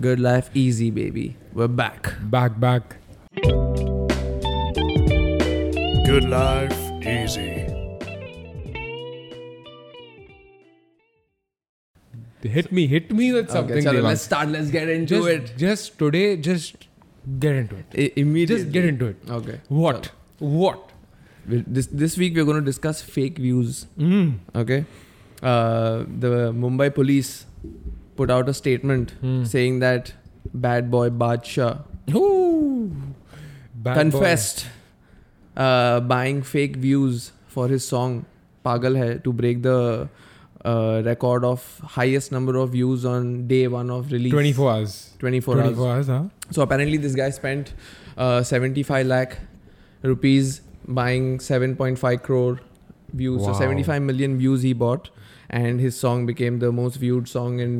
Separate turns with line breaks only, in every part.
Good life, easy, baby. We're back.
Back, back.
Good life, easy.
Hit me, hit me with something.
okay, chalo,
Devang.
let's start. Let's get into
just,
it
Just today, just get into it.
I- immediately.
Just get into it.
Okay.
What? What?
We- This this week we're going to discuss fake views.
Mm.
Okay. Uh, the Mumbai police put out a statement
Hmm.
saying that bad boy Badshah
Ooh. Bad
confessed uh, buying fake views for his song Pagal Hai to break the uh, record of highest number of views on day one of
boy.
release.
24 hours.
24 hours.
24 hours, huh?
So apparently this guy spent uh, 75 lakh rupees buying 7.5 crore views. So
Wow.
75 million views he bought and his song became the most viewed song in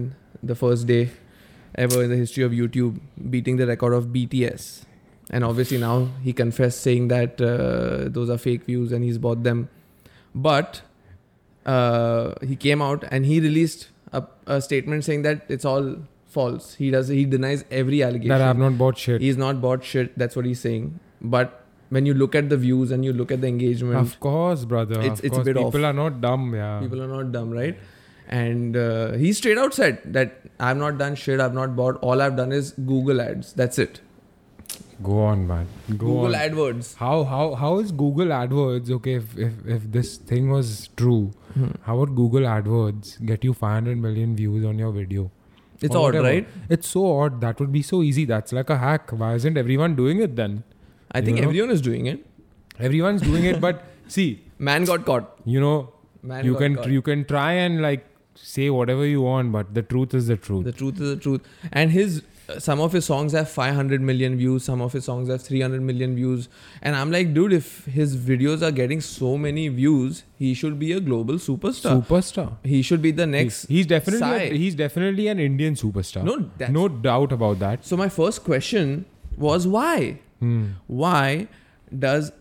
the first day ever in the history of YouTube beating the record of BTS. And obviously now he confessed saying that uh, those are fake views and he's bought them. But uh, he came out and he released a, a statement saying that it's all false. He does he denies every allegation.
That I have not bought shit.
He's not bought shit. That's what he's saying. But when you look at the views and you look at the engagement,
Of course, brother.
It's-
of
it's a
course.
bit off.
People are not dumb, yeah.
people are not dumb, right? And uh, he straight out said that I've not done shit. I've not bought. All I've done is Google ads. That's it.
Go on, man. Go on.
Google AdWords.
how how how is Google AdWords okay? If if, if this thing was true,
Hmm.
how would Google AdWords get you 500 million views on your video?
It's
Or
odd,
whatever.
right?
It's so odd. That would be so easy. That's like a hack. Why isn't everyone doing it then?
I think
You know?
everyone is doing it.
Everyone's doing it, but see,
Man got caught.
you know,
Man oh
you
got
can
caught.
you can try and like say whatever you want, but the truth is the truth.
The truth is the truth. And his uh, some of his songs have 500 million views. Some of his songs have 300 million views. And I'm like, dude, if his videos are getting so many views, he should be a global superstar.
superstar.
he should be the next.
He's definitely
Sai.
a, he's definitely an Indian superstar.
No, that's-
no doubt about that.
So my first question was why?
Hmm.
Why does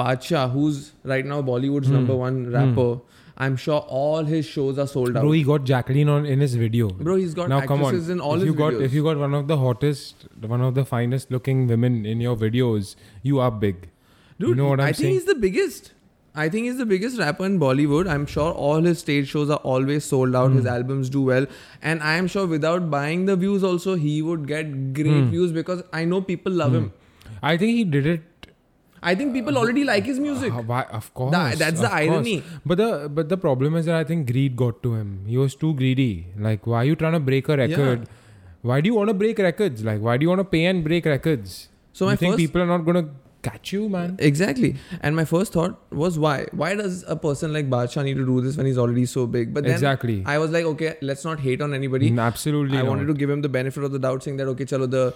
Badshah, who's right now
Hmm.
Bollywood's number one rapper, I'm sure all his shows are sold out.
Bro, he got Jacqueline on in his video.
Bro, he's got
now come on.
actresses in all
if
his
you got
videos.
if you got one of the hottest, one of the finest looking women in your videos, you are big.
Dude,
you know what
I
I'm
think
saying?
he's the biggest. I think he's the biggest rapper in Bollywood. I'm sure all his stage shows are always sold out.
Hmm.
His albums do well. And I am sure without buying the views also, he would get great
Hmm.
views because I know people love him.
I think he did it.
I think people already like his music.
uh, why- of course,
Tha- that's the
of course.
irony.
But the but the problem is that I think greed got to him. He was too greedy. Like, why are you trying to break a record? Why do you want to break records? Like, why do you want to pay and break records?
So my
you think
first-
people are not gonna catch you, man?
Exactly. And my first thought was why? Why does a person like Badshah need to do this when he's already so big? But then
Exactly. Mm,
I was like, okay, let's not hate on anybody.
Absolutely.
I
not.
wanted to give him the benefit of the doubt, saying that okay, chalo, the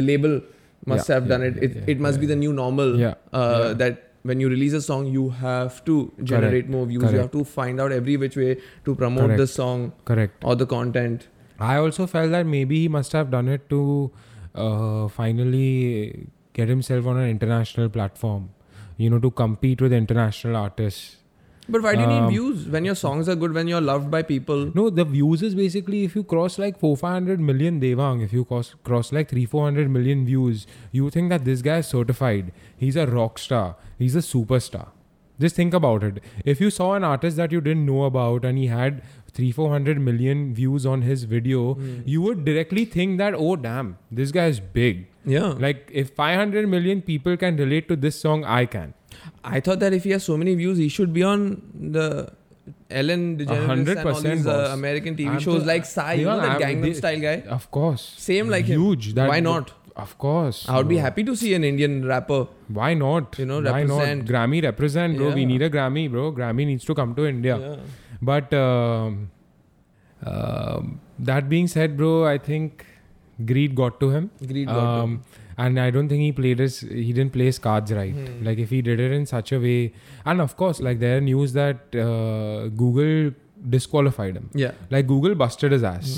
the label must
Yeah,
have done
yeah,
it.
yeah,
It,
yeah,
it must be the new normal.
Yeah,
Uh,
yeah.
That when you release a song, you have to generate more views. You
correct.
have to find out every which way to promote the song
correct.
or the content.
I also felt that maybe he must have done it to uh, finally get himself on an international platform, you know, to compete with international artists.
But why do you need
Um,
views when your songs are good? When you're loved by people?
No, the views is basically if you cross like four five hundred million Devang, if you cross cross like three four hundred million views, you think that this guy is certified. He's a rock star. He's a superstar. Just think about it. If you saw an artist that you didn't know about and he had three four hundred million views on his video, you would directly think that oh damn, this guy is big.
Yeah.
Like if 500 million people can relate to this song, I can.
I thought that if he has so many views, he should be on the Ellen DeGeneres and all
100%
these uh,
boss.
American TV
I'm
shows
the-
like Sai, you
Yeah,
know that
I'm-
Gangnam
they-
Style guy.
Of course.
Same like him.
Huge. That
Why
would-
not?
Of course.
I would be
bro.
happy to see an Indian rapper.
Why not?
You know,
Why
represent.
not? Grammy represent, bro. We
Yeah.
need a Grammy, bro. Grammy needs to come to India. But um, um, that being said, bro, I think greed got to him.
Greed got to
um, and I don't think he played his. He didn't play his cards right.
Hmm.
Like if he did it in such a way, and of course, like there are news that uh, Google disqualified him.
Yeah.
Like Google busted his ass.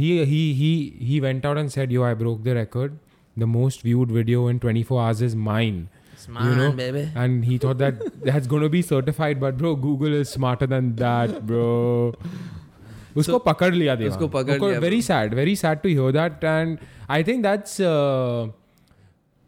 He he he he went out and said, "Yo, I broke the record. The most viewed video in 24 hours is mine."
Smart,
know,
baby.
And he thought that that's gonna be certified, but bro, Google is smarter than that, bro. उसको पकड़ लिया देवांग
उसको पकड़ लिया,
very sad very sad to hear that and I think that's uh,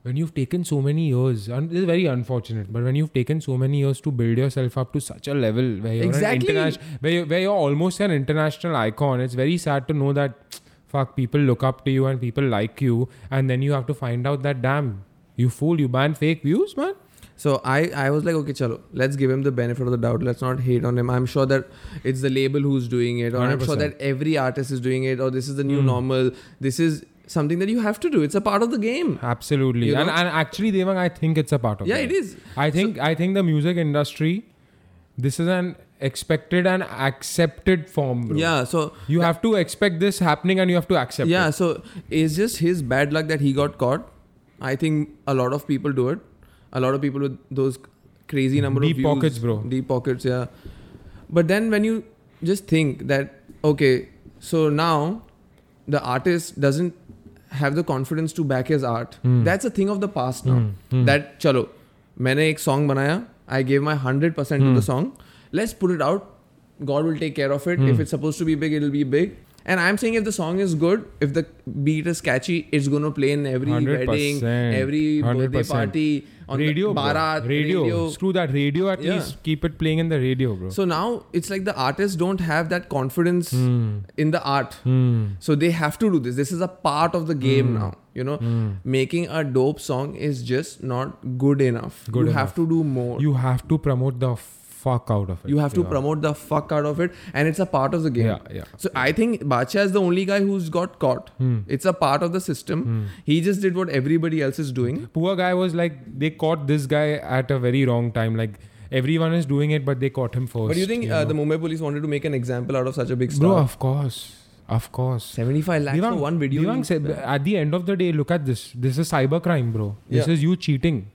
when you've taken so many years and this is very unfortunate but when you've taken so many years to build yourself up to such a level where you're
Exactly.
an international where, you, where you're almost an international icon it's very sad to know that fuck people look up to you and people like you and then you have to find out that damn you fool you ban fake views man
So I, I was like, okay, chalo, let's give him the benefit of the doubt. Let's not hate on him. I'm sure that it's the label who's doing it, or i am sure
100%.
that every artist is doing it, or this is the
Hmm.
new normal. This is something that you have to do. It's a part of the game.
absolutely
You
and,
know?
and actually devang i think it's a part of
Yeah,
that.
it is.
I think I think the music industry, this is an expected and accepted form, bro.
Yeah. So
You have to expect this happening and you have to accept
yeah.
it.
So it's just his bad luck that he got caught. I think a lot of people do it. A lot of people with those crazy number of
Deep
views,
pockets, bro.
Deep pockets. Yeah. But then when you just think that okay, so now the artist doesn't have the confidence to back his art.
Hmm.
That's a thing of the past now. That chalo, मैंने एक song बनाया. I gave my hundred percent
Hmm.
to the song. Let's put it out. God will take care of it.
Hmm.
If it's supposed to be big, it'll be big. And I'm saying if the song is good, if the beat is catchy, it's gonna play in every
100%.
wedding, every birthday
100%.
party, on
radio,
the
bro.
barat,
radio,
radio.
Screw that radio. At
Yeah.
least keep it playing in the radio, bro.
So now it's like the artists don't have that confidence in the art.
Hmm.
So they have to do this. This is a part of the game now. You know,
Hmm.
making a dope song is just not good enough.
Good
you have to do more. You,
You have to promote the fuck out of it.
have to
Devang.
promote the fuck out of it, and it's a part of the game.
Yeah, Hmm. yeah.
So I think Bacha is the only guy who's got caught. It's a part of the system.
Hmm.
He just did what everybody else is doing.
Poor guy was like they caught this guy at a very wrong time. Like everyone is doing it, but they caught him first.
But you think uh, the Mumbai police wanted to make an example out of such a big star?
bro? Of course, of course.
75 lakhs for one video.
Devang said, at the end of the day, look at this. This is cyber crime, bro. This
Yeah.
is you cheating.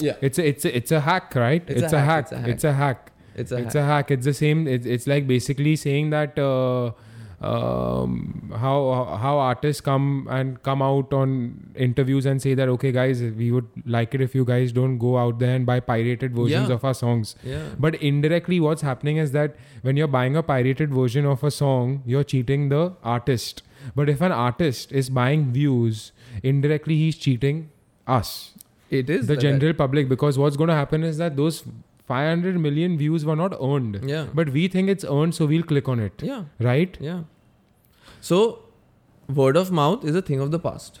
yeah,
It's a, it's a, it's a hack, right?
It's a hack, it's a hack.
It's a hack.
it's a
It's a hack. It's the same. It's, it's like basically saying that uh, um, how how artists come and come out on interviews and say that okay, guys, we would like it if you guys don't go out there and buy pirated versions
Yeah.
of our songs.
yeah.
But indirectly, what's happening is that when you're buying a pirated version of a song, you're cheating the artist. But if an artist is buying views, indirectly he's cheating us,
It is
the
like
general public, because what's going to happen is that those 500 million views were not earned.
That. Yeah.
But we think it's earned, so we'll click on it.
yeah.
Right?
Yeah. So, word of mouth is a thing of the past.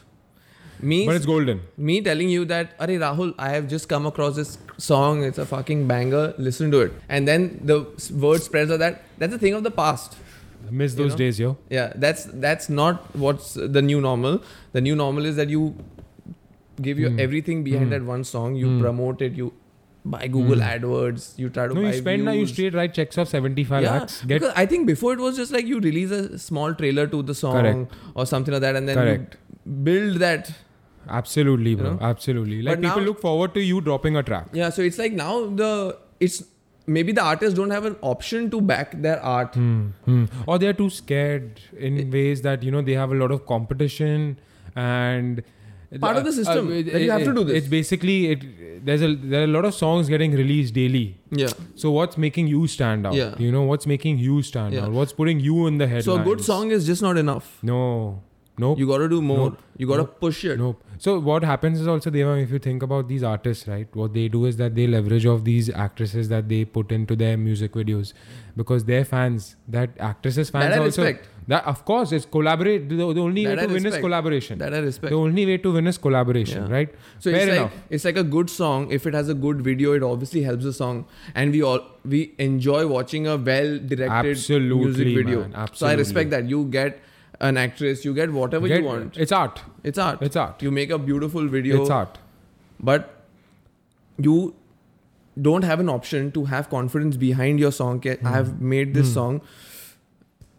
Me,
But it's golden.
me telling you that, Arey Rahul, I have just come across this song. It's a fucking banger. Listen to it. And then the s- word spreads of that. That's a thing of the past.
Miss
You
those
know?
days, yo.
Yeah. That's that's not what's the new normal. The new normal is that you give your
Hmm.
everything behind that one song. You
Hmm.
promote it. You buy Google AdWords. You try to
No,
buy
you spend now, you
views.
straight write checks of 75
yeah,
lakhs. Get
because I think before it was just like you release a small trailer to the song
Correct.
or something like that, and then
Correct.
you build that.
absolutely, bro.
know?
Absolutely. Like
But
people
now-
look forward to you dropping a track.
Yeah, so it's like now the it's maybe the artists don't have an option to back their art.
Hmm, hmm. Or they are too scared in ways that you know they have a lot of competition and uh,
Part of the system, that you have to do this.
It's basically it. There's a there are a lot of songs getting released daily.
Yeah,
So what's making you stand out?
Yeah.
You know what's making you stand
Yeah.
out? What's putting you in the headlines?
so a good song is just not enough.
No. Nope.
You got to do more.
Nope.
You got to
Nope.
push it.
Nope. So what happens is also Devam, if you think about these artists, right? What they do is that they leverage off these actresses that they put into their music videos because their fans, that actresses fans
That I
also
respect.
that of course is collaborate. The, the only
That
way
I
to win is
respect.
collaboration.
That I respect.
the only way to win is collaboration,
Yeah.
right?
So
Fair
it's
enough.
like it's like a good song. If it has a good video, it obviously helps the song, and we all we enjoy watching a well-directed music
Absolutely,
video.
man.
So I
Absolutely.
respect that you get an actress, you get whatever
Get-
you want.
It's art.
It's art.
It's art.
you make a beautiful video
It's art.
but you don't have an option to have confidence behind your song ke, i have
Hmm.
made this song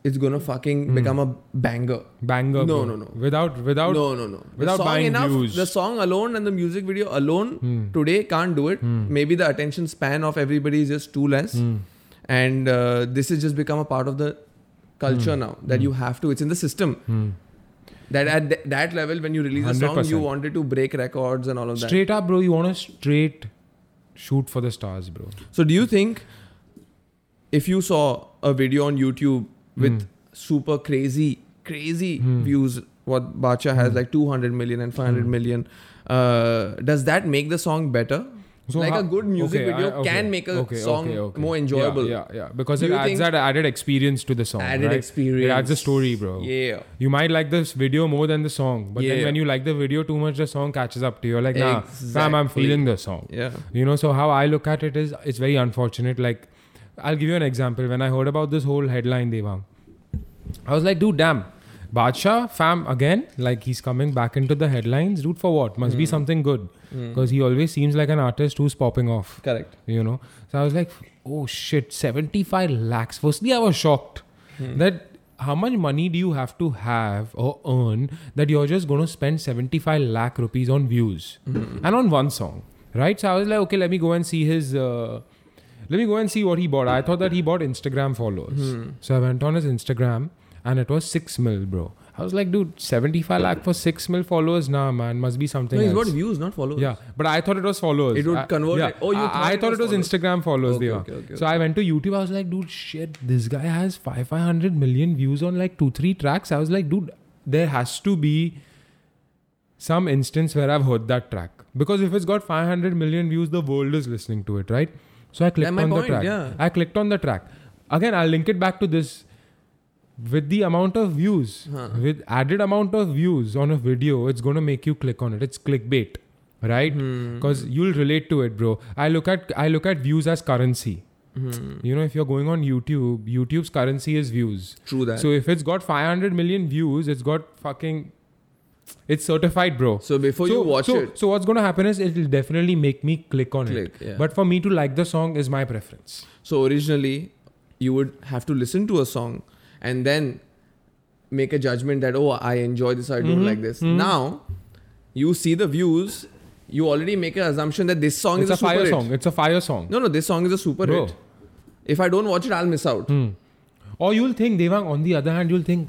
it's gonna fucking become a banger
Banger.
No, no,
bro.
no.
Without without
no no no
without
the song
buying
enough
views.
the song alone and the music video alone
hmm.
today can't do it maybe the attention span of everybody is just too less and uh, this has just become a part of the culture now that you have to it's in the system that at th- that level when you release a song you
100%.
wanted to break records and all of that
straight up, bro. You want to straight shoot for the stars, bro. Hmm.
So do you think if you saw a video on YouTube with super crazy, crazy views. What Bacha has
Hmm.
like 200 million and 500 million. Uh, does that make the song better?
So
like
how-
a good music
okay,
video
I- okay,
can make a
okay,
song
okay, okay.
more
Yeah,
enjoyable.
Yeah, yeah, because
Do
it
you
adds
think-
that added experience to the song.
Added
right?
experience.
It adds the story, bro.
Yeah.
You might like this video more than the song, but then
Yeah.
when you like the video too much, the song catches up to you. You're like, nah, fam, I'm
Exactly.
feeling the song.
Yeah.
You know, so how I look at it is, it's very unfortunate. Like, I'll give you an example. When I heard about this whole headline, Devang, I was like, dude, damn. Badsha, fam, again, like he's coming back into the headlines. Dude, for what? Must be something good. Because he always seems like an artist who's popping off
Correct.
you know so i was like oh shit 75 lakhs firstly i was shocked
Hmm.
that how much money do you have to have or earn that you're just going to spend 75 lakh rupees on views
Hmm.
and on one song right so i was like okay let me go and see his uh, let me go and see what he bought i thought that he bought instagram followers
Hmm.
so i went on his instagram and it was 6 mil bro i was like dude 75 lakh for 6 mil followers nah man must be something
No, he's
else.
got views, not followers.
Yeah, but I thought it was followers.
It would
I-
convert
yeah.
it. Oh, you
I-
thought
I
it
thought
was
it was
followers.
Instagram followers.
Okay,
they were.
okay, okay,
so I went to YouTube. I was like, dude, shit, this guy has five five hundred million views on like two three tracks. I was like, dude, there has to be some instance where I've heard that track because if it's got five hundred million views, the world is listening to it, right? So I clicked
my
on the
point,
track.
yeah.
I clicked on the track. Again, I'll link it back to this with the amount of views with added amount of views on a video it's going to make you click on it it's clickbait right
Hmm.
because you'll relate to it bro i look at i look at views as currency
Hmm.
you know if you're going on youtube youtube's currency is views
True that.
so
So,
if it's got 500 million views it's got fucking it's certified bro
before you watch
so,
it,
so what's going to happen is it'll definitely make me click on
Click,
it
yeah.
but for me to like the song is my preference
so originally you would have to listen to a song and then make a judgment that oh I enjoy this, I don't
Mm-hmm.
like this. Now you see the views, you already make an assumption that this song is
it's
a,
a fire
super
song
hit.
it's a fire song
No, no, this song is a super
Bro. Hmm.
hit. If I don't watch it, I'll miss out.
Or you'll think, Devang, on the other hand, you'll think,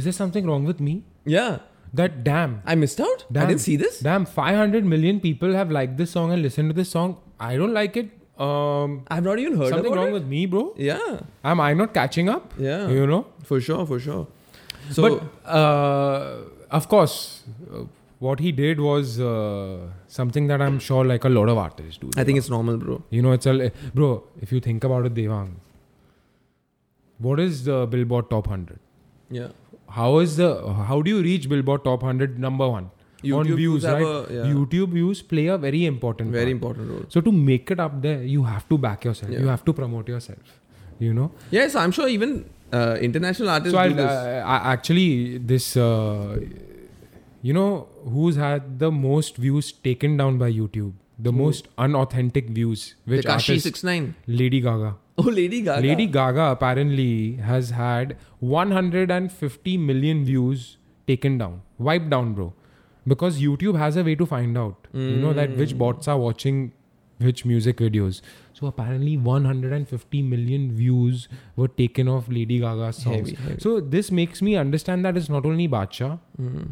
is there something wrong with me?
Yeah,
That damn.
I missed out.
damn
I didn't see this.
Damn, 500 million people have liked this song and listened to this song. I don't like it. Um,
I've not even heard
something
about
wrong
it.
with me, bro.
yeah,
Am I not catching up?
Yeah.
You know?
for sure, for sure. So
but uh, of course, uh, what he did was uh, something that I'm sure like a lot of artists do.
I think it's normal, bro.
You know, it's a. Bro, if you think about it, Devang, what is the Billboard Top 100?
Yeah.
how is the how do you reach billboard top 100 number one on
YouTube
views
views have
right
a- yeah.
youtube views play a very important
Very
part.
important role.
so to make it up there you have to back yourself
Yeah.
you have to promote yourself you know
Yes, I'm sure even uh, international artists do
so I'll, uh,
this.
I, I actually this uh, you know who's had the most views taken down by youtube the most unauthentic views which
Tekashi
artist
six nine.
lady gaga
Oh, Lady Gaga.
Lady Gaga apparently has had 150 million views taken down, wiped down, bro. Because YouTube has a way to find out, you know, that
Hmm.
which bots are watching which music videos. So apparently, 150 million views were taken off Lady Gaga's songs.
Heavy, heavy.
So this makes me understand that it's not only Bacha,
Hmm.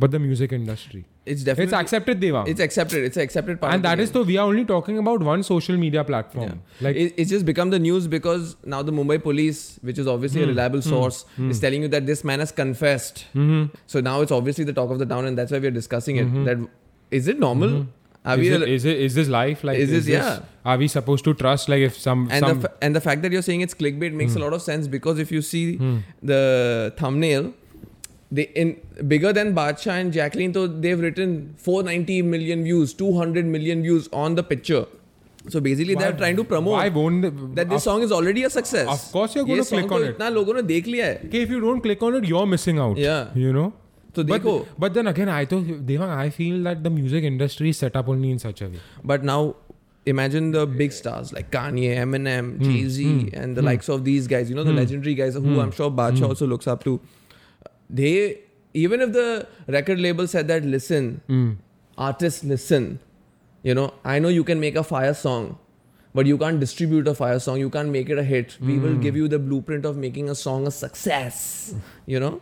but the music industry.
It's definitely
it's accepted, Deva.
It's accepted. It's an accepted part.
and that is though we are only talking about one social media platform.
like
Like
it, it's just become the news because now the Mumbai police, which is obviously
Hmm.
a reliable source, is telling you that this man has confessed.
Mm-hmm.
So now it's obviously the talk of the town, and that's why we are discussing it. That is it normal? Are
Mm-hmm.
we?
is, it, is it is this life like
Is this- yeah.
are we supposed to trust like if some
and
some Hmm.
the fa- and the fact that you're saying it's clickbait makes a lot of sense because if you see the thumbnail they in bigger than Badshah and Jacqueline so they've written 490 million views 200 million views on the picture so basically
Why-
they're trying to promote
why won't they,
that this
of-
song is already a success
of course you're gonna
ये song
click
को
on it.
इतना लोगों ने देख लिया है
okay if you don't click on it you're missing out
Yeah.
you know
तो
but,
देखो
but then again i thought devang i feel that the music industry is set up only in such a way
But now imagine the big stars like Kanye, Eminem, Jay Z, and the likes of these guys, you know, the legendary guys who I'm sure Bacha also looks up to. They, even if the record label said that, listen, artists, listen, you know, I know you can make a fire song. But you can't distribute a fire song. You can't make it a hit. We will give you the blueprint of making a song a success. You know,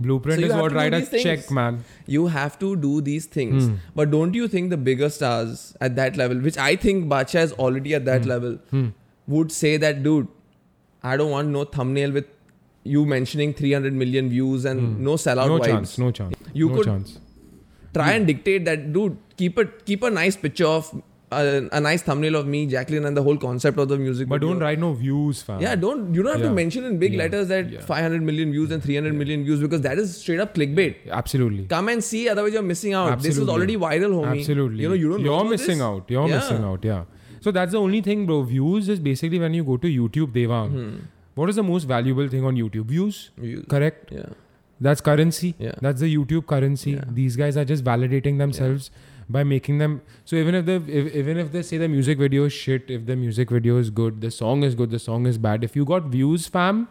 blueprint
So you
is
have
what
to do
write a
these things.
check man
you have to do these things
Hmm.
but don't you think the bigger stars at that level which i think bacha is
Hmm.
already at that level would say that dude i don't want no thumbnail with you mentioning 300 million views and
Hmm.
no sellout
no
vibes.
chance, no Hmm. chance.
You
no
could-
chance.
Try and dictate that, dude. Keep it. Keep a nice picture of uh, a nice thumbnail of me, Jacqueline, and the whole concept of the music.
But
video.
don't write no views, fam.
Yeah, don't. You don't have to
Yeah.
mention in big
Yeah.
letters that
Yeah.
500 million views and 300 million views because that is straight up clickbait.
Absolutely.
Come and see, otherwise you're missing out. This is
Absolutely.
already viral, homie.
Absolutely.
You know you don't.
You're
know
missing
this?
out. You're
Yeah.
missing out. Yeah. So that's the only thing, bro. Views is basically when you go to YouTube, Devang.
Hmm.
What is the most valuable thing on YouTube? Views.
You-
Correct.
yeah.
That's currency.
Yeah.
That's the YouTube currency.
Yeah.
These guys are just validating themselves by making them. So even if the if, even if they say the music video is shit, if the music video is good, the song is good, the song is bad. If you got views, fam,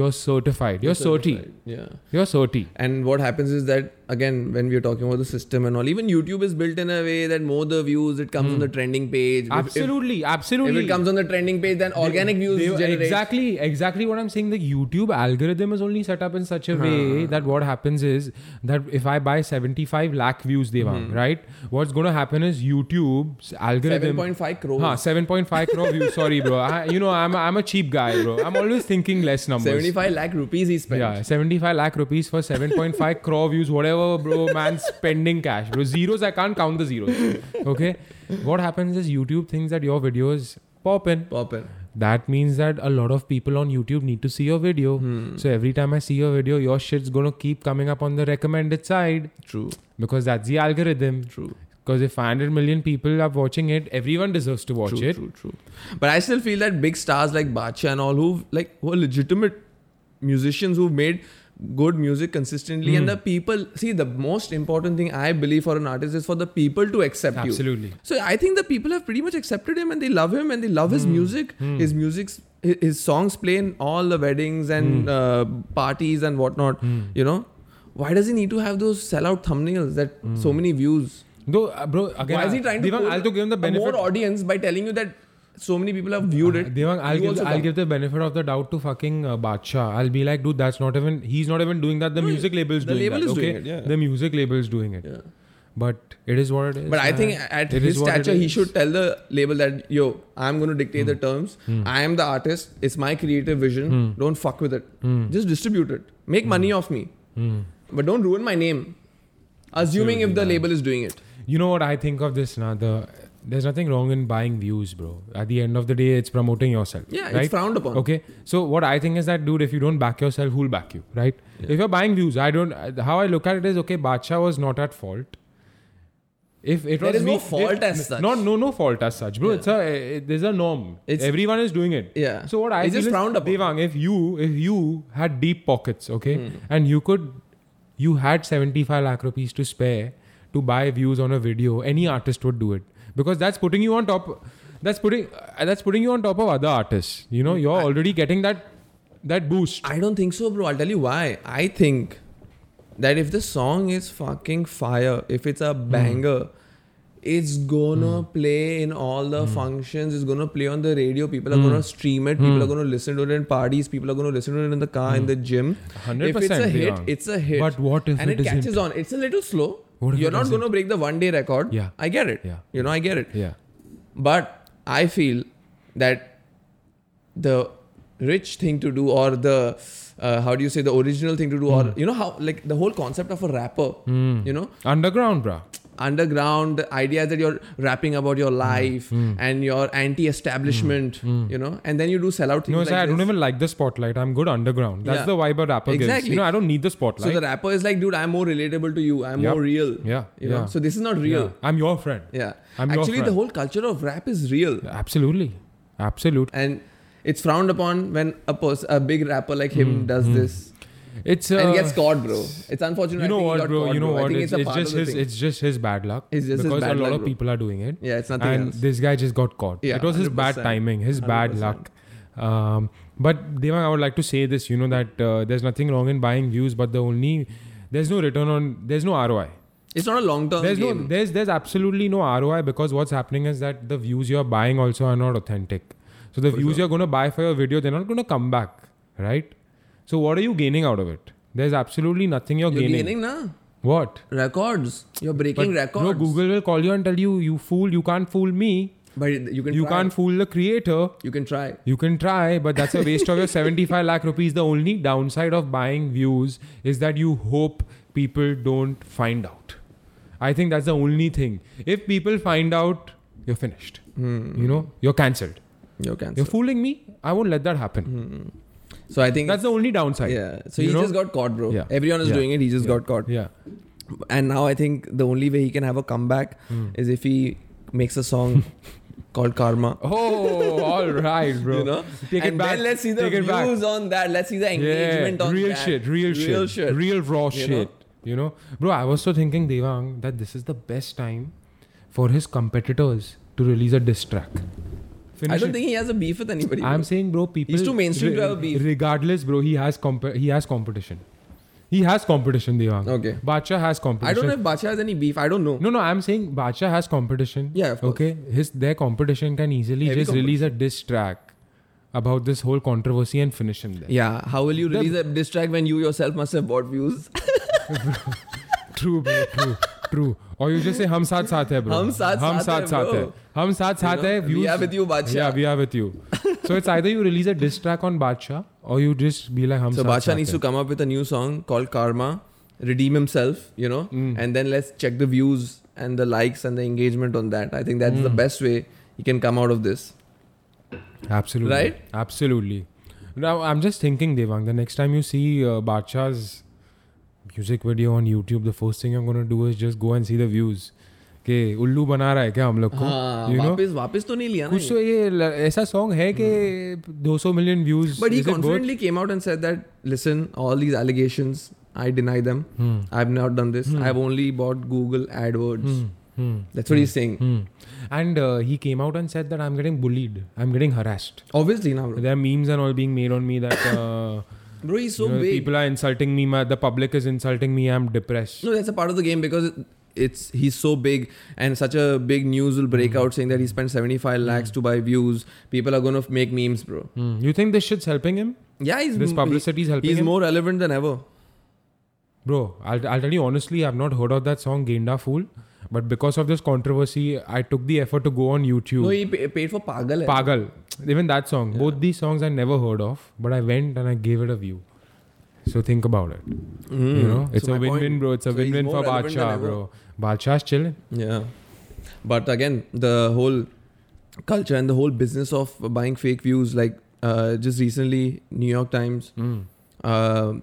you're certified. You're, certi.
Yeah.
You're certi.
And what happens is that again, when we're talking about the system and all, even YouTube is built in a way that more the views, it comes on the trending page. If-
Absolutely.
If,
Hmm. absolutely.
if it comes on the trending page, then organic views
They-
generate.
Exactly, exactly what I'm saying. The YouTube algorithm is only set up in such a way that what happens is that if I buy 75 lakh views, Devang, right? What's going to happen is YouTube's algorithm.
7.5 crores.
Huh, 7.5 crore views. Sorry, bro. I, you know, I'm, a- I'm a cheap guy, bro. I'm always thinking less numbers.
75 lakh rupees he spent.
Yeah, 75 lakh rupees for 7.5 crore views, whatever, bro, man, spending cash. Bro, zeros, I can't count the zeros. Okay? What happens is YouTube thinks that your videos pop in.
Pop in.
That means that a lot of people on YouTube need to see your video.
Hmm.
So every time I see your video, your shit's gonna keep coming up on the recommended side
True.
because that's the algorithm.
True.
Because if 500 million people are watching it, everyone deserves to watch
true,
it.
True, true. But I still feel that big stars like Bacha and all who like who are legitimate musicians who've made good music consistently and the people see the most important thing I believe for an artist is for the people to accept you.
Absolutely.
So I think the people have pretty much accepted him and they love him and they love his music. His music's hi- his songs play in all the weddings and uh, parties and whatnot. You know, why does he need to have those sellout thumbnails that so many views?
Though, uh, bro, again,
Why is he trying to
Devang,
pull
I'll to give him the
a
benefit. Uh,
more audience by telling you that so many people have viewed it?
Devang, I'll,
You
give,
also
I'll
come.
give the benefit of the doubt to fucking uh, Bacha. I'll be like, dude, that's not even. He's not even doing that. The music label's
Hmm. the
doing
label
that.
is
okay?
doing it, yeah.
The music label's doing it.
Yeah.
But it is what it is.
But I think
man.
at
It
his
is what it
stature, he
is. Hmm.
should tell the label that yo, I'm going to dictate the terms. I am the artist. It's my creative vision. Don't fuck with it.
Hmm.
Just distribute it. Make money off me, but don't ruin my name. Assuming if the label is doing it,
You know what I think of this now? The there's nothing wrong in buying views, bro. At the end of the day, it's promoting yourself.
yeah,
right?
it's frowned upon.
Okay. So what I think is that, dude, if you don't back yourself, who'll back you, right? If you're buying views, I don't. uh, How I look at it is, okay, Bacha was not at fault. If it
There
was
is no
me-
fault
it-
as such.
Not no no fault as such, bro. It's a it, there's a norm.
It's-
Everyone is doing it.
Yeah.
So what I
It's
feel
just
is,
frowned upon.
Devang, if you if you had deep pockets, okay,
Hmm.
and you could you had 75 lakh rupees to spare to buy views on a video, any artist would do it because that's putting you on top. That's putting uh, that's putting you on top of other artists. You know, you're already getting that that boost.
I don't think so, bro. I'll tell you why. I think that if the song is fucking fire, if it's a
Hmm.
banger, it's gonna play in all
Hmm.
the functions. It's gonna play on the radio. People are gonna stream it.
Hmm.
People are gonna listen to it in parties. People are gonna listen to it in the car, in the gym.
100%
If it's a hit,
Devang.
it's a hit.
But what if
and
it
it,
isn't?
catches on? It's a little slow.
What if
You're
it
not
isn't?
gonna break the one day record.
Yeah.
I get it.
Yeah.
You know, I get it.
Yeah.
But I feel that the rich thing to do, or the uh, how do you say the original thing to do,
Hmm.
or you know how like the whole concept of a rapper, you know,
Underground, bruh.
underground the idea that you're rapping about
Hmm.
your life and your anti-establishment, you know, and then you do sellout things
No,
like
sir, I don't
this.
even like the spotlight. I'm good underground. That's
Yeah.
the vibe a rapper gives.
Exactly.
You know, I don't need the
so
spotlight.
the rapper is like, dude, I'm more relatable to you. I'm
Yep.
more real.
yeah,
You
yeah.
know, so this is not
yeah.
real.
I'm your friend.
Yeah.
I'm your
Actually, the
friend.
whole culture of rap is real.
Absolutely, absolute.
and it's frowned upon when a pers- a big rapper like him
Hmm.
does this
It's uh,
and gets caught, bro. It's unfortunate.
You
I
know
think he
what,
got
bro?
Caught,
You know
bro. I
what?
think
It's,
it's, a
it's
part
just
of the
his.
thing.
It's just his bad luck.
It's just his
because
bad
a lot
luck,
of
bro.
people are doing it.
yeah, it's nothing
and
else.
this guy just got caught.
Yeah,
it was his bad
100%.
timing, his bad
100%.
luck. Um, but Devang, I would like to say this. You know that uh, there's nothing wrong in buying views, but the only there's no return on there's no ROI.
It's not a long term
There's no
game.
there's there's absolutely no ROI because what's happening is that the views you're buying also are not authentic. So the views you're going to buy for your video, they're not going to come back, right? So what are you gaining out of it? There's absolutely nothing you're,
You're
gaining.
gaining, na?
What?
Records. You're breaking
But,
records.
No, Google will call you and tell you, you fool, you can't fool me.
But you can
you
try.
can't fool the creator
you can try.
you can try but that's a waste of your 75 lakh rupees the only downside of buying views is that you hope people don't find out i think that's the only thing if people find out you're finished
Hmm.
you know you're cancelled
You're cancer.
you're fooling me i won't let that happen
Hmm. So I think
that's the only downside
yeah. So
You
he
know?
just got caught, bro.
Yeah.
Everyone is
Yeah.
doing it. He just
Yeah.
got caught.
yeah Hmm.
And now I think the only way he can have a comeback is if he makes a song called Karma.
oh all right bro
You know,
take
and
it back
then let's see the
Take it back.
views on that. Let's see the engagement on
real
that.
shit, real,
Real
shit,
shit.
real raw
you
shit.
know?
You know, bro. I was so thinking, Devang, that this is the best time for his competitors to release a diss track. Finish
I don't
it.
think he has a beef with anybody.
I'm
bro.
saying, bro, people.
He's too mainstream to have a beef.
Regardless, bro, he has comp- he has competition. He has competition, Devang.
okay.
Bacha has
I
competition.
don't know if Bacha has any beef. I don't know.
No, no, I'm saying Bacha has competition.
Yeah, of course.
Okay, his their competition can easily
Heavy
just release a diss track about this whole controversy and finish him there.
Yeah, how will you
The-
release a diss track when you yourself must have bought views?
True, bro. True. True. Or you just say हम साथ साथ है bro.
हम साथ
हम
साथ
साथ
है,
साथ है.
bro.
हम साथ साथ है.
we
views-
are with you, Badshah.
Yeah, we are with you. So it's either you release a diss track on Badshah or you just be like हम
so
साथ
Bacha
साथ
needs to
है.
come up with a new song called Karma, redeem himself, you know,
Mm.
and then let's check the views and the likes and the engagement on that. I think that's the
Mm.
best way he can come out of this.
Absolutely.
Right?
Absolutely. Now I'm just thinking, Devang. The next time you see uh, Badshah's music video on YouTube, the first thing I'm gonna do is just go and see the views. के उल्लू बना रहा है क्या हम लोग को
हाँ,
you know
वापस वापस तो नहीं लिया ना
कुछ
ये।
तो ये ल- ऐसा सॉन्ग है कि 200 million views
hmm. But he
is it worth-
confidently came out and said that, listen, all these allegations, I deny them.
Hmm.
I've not done this. I've only bought Google AdWords.
Hmm.
That's what he's saying.
Hmm. And uh, he came out and said that I'm getting bullied. I'm getting harassed.
Obviously, now, bro.
There are memes and all being made on me that uh,
Bro, he's so
you know,
big.
people are insulting me. My, the public is insulting me. I'm depressed.
No, that's a part of the game because it- it's he's so big and such a big news will
Hmm.
break out saying that he spent 75 lakhs to buy views. People are going to make memes, bro.
Hmm. You think this shit's helping him?
Yeah, he's
This publicity is helping
he's
him?
more relevant than ever.
Bro, I'll, I'll tell you honestly, I've not heard of that song Genda Fool. But because of this controversy, I took the effort to go on YouTube.
No, he pa- paid for Pagal. hai.
Pagal. Even that song. Both these songs I never heard of. But I went and I gave it a view. So think about it.
Mm.
You know, it's
So
a
my
win win,
point-
bro. It's a
so he's
win win
more
for
relevant than
Badshah,
ever.
bro. Badshah's chilling.
Yeah. But again, the whole culture and the whole business of buying fake views, like uh, just recently, New York Times
Hmm.
uh,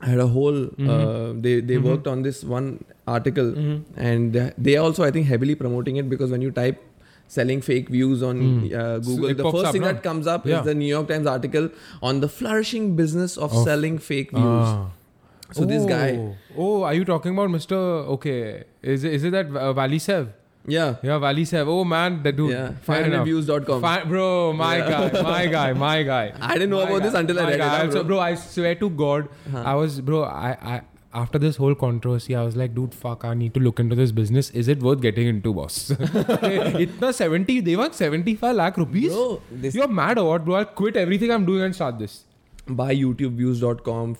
had a whole, uh, they, they
Mhm.
worked on this one article
Mhm.
and they- they are also, I think, heavily promoting it because when you type selling fake views on
Mm.
uh,
So
Google,
it
the
pops
first
up,
thing
no?
that comes up
Yeah.
is the New York Times article on the flourishing business of,
Of-
selling fake views.
Ah.
So this guy,
Oh. Oh, are you talking about Mr. Okay. Is it, is it that uh, Valisev?
yeah,
Yeah, Valisev. Oh, man, the dude.
yeah,
Fair enough.
findingviews.com.
Fi- bro, my
Yeah.
guy, my guy, my guy.
I didn't know
My
about
guy,
this until I
my
read
guy.
it. out,
Also,
bro.
bro, I swear to God, I was, bro, I, I, after this whole controversy, I was like, dude, fuck, I need to look into this business. Is it worth getting into, boss? Itna 70, they want 75 lakh rupees?
Bro, this-
You're mad or what, bro? I'll quit everything I'm doing and start this.
buy youtubeviews.com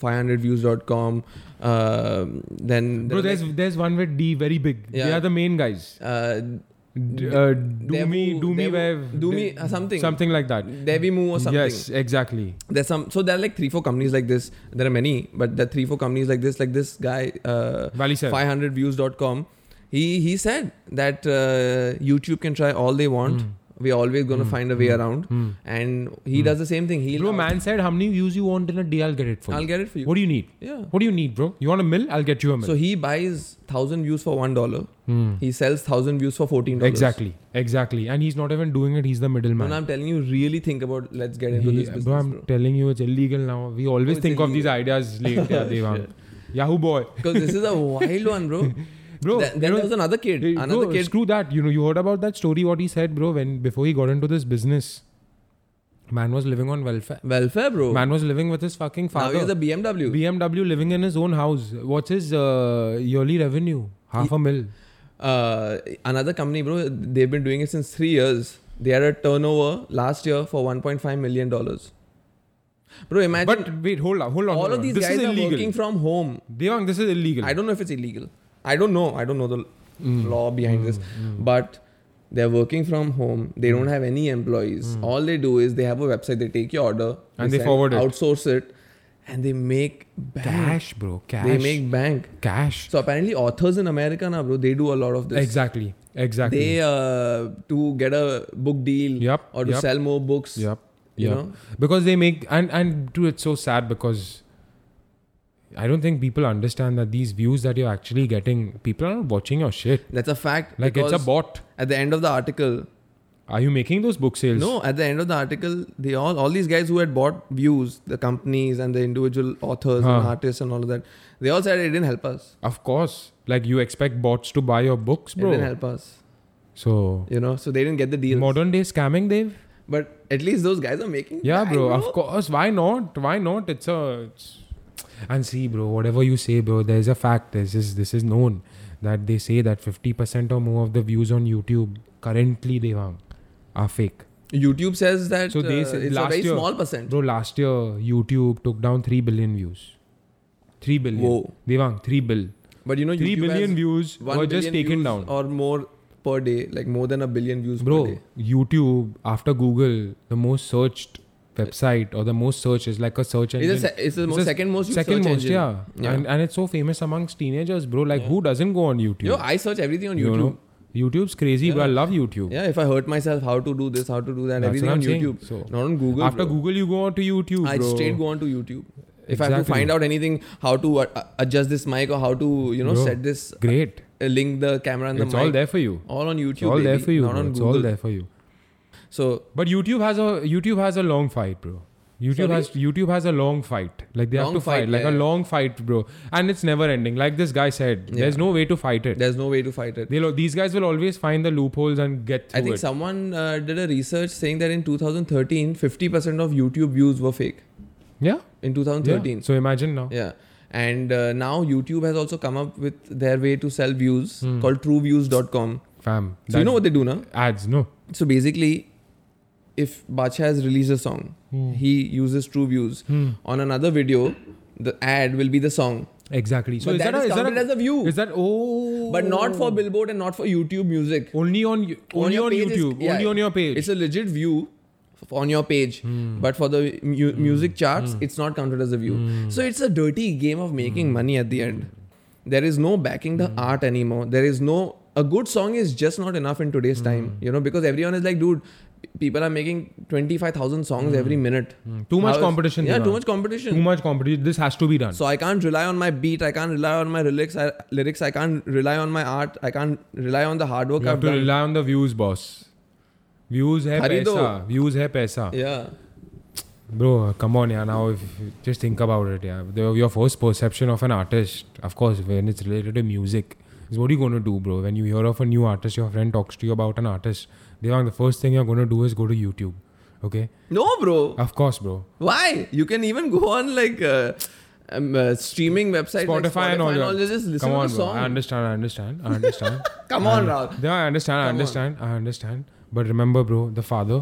500views.com uh, then
Bro, there's there's one with D, very big. They
Yeah.
are the main guys.
uh,
D, uh, do me,
Devu-
do me,
Devu-
where
Do Me, uh, something.
something like that.
devimu or something
Yes, exactly.
there's some so there are like three four companies like this there are many but there are three four companies like this like this guy uh,
Valley Seven.
500views.com he he said that uh, youtube can try all they want
Hmm.
we're always going to find a way around and he does the same thing he
Bro, man said, how many views you want in a day? I'll get it for
i'll
you.
get it for you
What do you need?
yeah
What do you need, bro? You want a mill? I'll get you a mill.
so he buys 1000 views for one dollar
Hmm.
he sells 1000 views for 14 dollars
Exactly, exactly. And he's not even doing it. He's the
No, no,
middleman.
I'm telling you, really think about let's get into
He-
this business.
bro, I'm
bro.
telling you, it's illegal now. We always
it's Oh,
think of these ideas late. Yeah, Devang. Yahoo boy,
Because this is a wild one, bro.
bro.
Th-
you
then
know-
there was another kid.
Hey,
another
bro,
kid.
Screw that. You know, you heard about that story what he said, bro, when before he got into this business. Man was living on welfare.
Welfare, bro.
Man was living with his fucking
now
father.
he's a BMW.
BMW living in his own house. What's his uh, yearly revenue? Half a mil.
uh, another company, bro. They've been doing it since three years. They had a turnover last year for 1.5 million dollars. Bro, imagine
But wait, hold on, hold on.
all
hold
of
on.
these
this
guys
is
are
illegal.
working from home.
Devang, this is illegal. Mm.
I don't know if it's illegal. I don't know. I don't know the law behind this. But They're working from home. They
Mm.
don't have any employees. All they do is they have a website. They take your order
And they
send-
forward it.
outsource it, and they make bank.
Cash, bro. Cash.
They make bank.
cash.
So apparently, authors in America now, bro, they do a lot of this.
Exactly. Exactly.
They uh, to get a book deal
Yup,
or to
yup.
sell more books.
Yep.
You
yep.
know?
Because they make and and dude, it's so sad because I don't think people understand that these views that you're actually getting, people are not watching your shit.
That's a fact.
Like it's
because
a bot.
At the end of the article,
Are you making those book sales?
No, at the end of the article, they all all these guys who had bought views, the companies and the individual authors and
Huh.
artists and all of that, they all said it didn't help us.
Of course. Like you expect bots to buy your books,
It
bro.
didn't help us.
So
You know, so they didn't get the deal.
modern day scamming, Dave.
but at least those guys are making.
Yeah,
bank,
bro. Of course. Why not? Why not? It's a. It's, and see, bro. Whatever you say, bro. There's a fact. This is this is known that they say that 50% or more of the views on YouTube currently, Devang, are fake.
YouTube says that
So they
uh,
said
it's a
last
very
year-
small percent.
Bro, last year YouTube took down three billion views. Three billion.
Whoa.
Devang, three bill.
But you know,
Three
YouTube
billion
has
views
one
were just
billion
taken
views
down.
or more per day, like more than a billion views
Bro,
per day.
YouTube after Google, the most searched website or the most search is like a search engine.
It's, a, se- it's the
It's
most,
a
second most used
Second
Oh, search
most,
engine.
yeah.
Yeah.
And, and it's so famous amongst teenagers, bro. Like, who doesn't go on YouTube?
Yo, I search everything on
You
YouTube.
know? YouTube's crazy, bro. I love YouTube.
Yeah, if I hurt myself, how to do this, how to do that,
That's
everything
what
on
I'm saying.
YouTube.
So,
Not on Google.
After
bro.
Google, you go on to YouTube,
I
bro.
straight go on to YouTube. If I have to
Exactly.
find out anything, how to uh, adjust this mic or how to you know
Bro,
set this,
Great.
uh, link the camera and the
It's
mic,
all there for you.
all on YouTube.
It's all there
baby,
for you.
not
bro.
on
It's
Google.
all there for you.
So
But YouTube has a YouTube has a long fight, bro. YouTube
Sorry?
has YouTube has a long fight. Like they
Long
have to fight,
fight,
like a
yeah.
long fight, bro. And it's never ending. Like this guy said,
Yeah.
there's no way to fight it.
there's no way to fight it.
They'll, these guys will always find the loopholes and get through
I think
it.
someone uh, did a research saying that in 2013, 50% of YouTube views were fake.
yeah,
In
yeah.
2013,
So imagine now.
yeah. And uh, now YouTube has also come up with their way to sell views
Hmm.
called TrueViews.com.
Fam.
So you
that's
know what they do now?
ads, no.
so basically if Bacha has released a song
Hmm.
he uses true views on another video the ad will be the song
Exactly. So
but
is
that is
that, a, is that
counted
a,
as a view
is that oh
but not for billboard and not for youtube music
only on you-
On
only
your
on,
page is-
YouTube.
yeah.
only on your page.
it's a legit view f- on your page
Hmm.
but for the mu- music charts it's not counted as a view
Hmm.
so it's a dirty game of making money at the end there is no backing the
Hmm.
art anymore there is no a good song is just not enough in today's
Hmm.
time you know because everyone is like dude people are making 25000 songs every minute
Hmm. Too much
How is-
competition,
yeah
Devang.
too much competition
Too much competition. This has to be done.
so I can't rely on my beat. I can't rely on my lyrics. I, lyrics. I can't rely on my art. I can't rely on the hard work
you
I've
have to
done.
rely on the views, boss. Views hai
खरीदो।
paisa. Views hai paisa.
yeah,
Bro, come on, yeah. Now, if just think about it, yeah. The, your first perception of an artist, of course, when it's related to music, is what are you gonna do, bro? When you hear of a new artist, your friend talks to you about an artist. Devang, the first thing you're gonna do is go to YouTube. Okay,
no, bro.
of course, bro.
Why? You can even go on like uh, um, uh, streaming website,
Spotify,
like
and all that.
that. Just listen
come on,
to the
bro.
song.
I understand. I understand. I understand.
Come on, Rahul.
yeah, I understand. I
Come on.
understand. I understand. But remember, bro, the father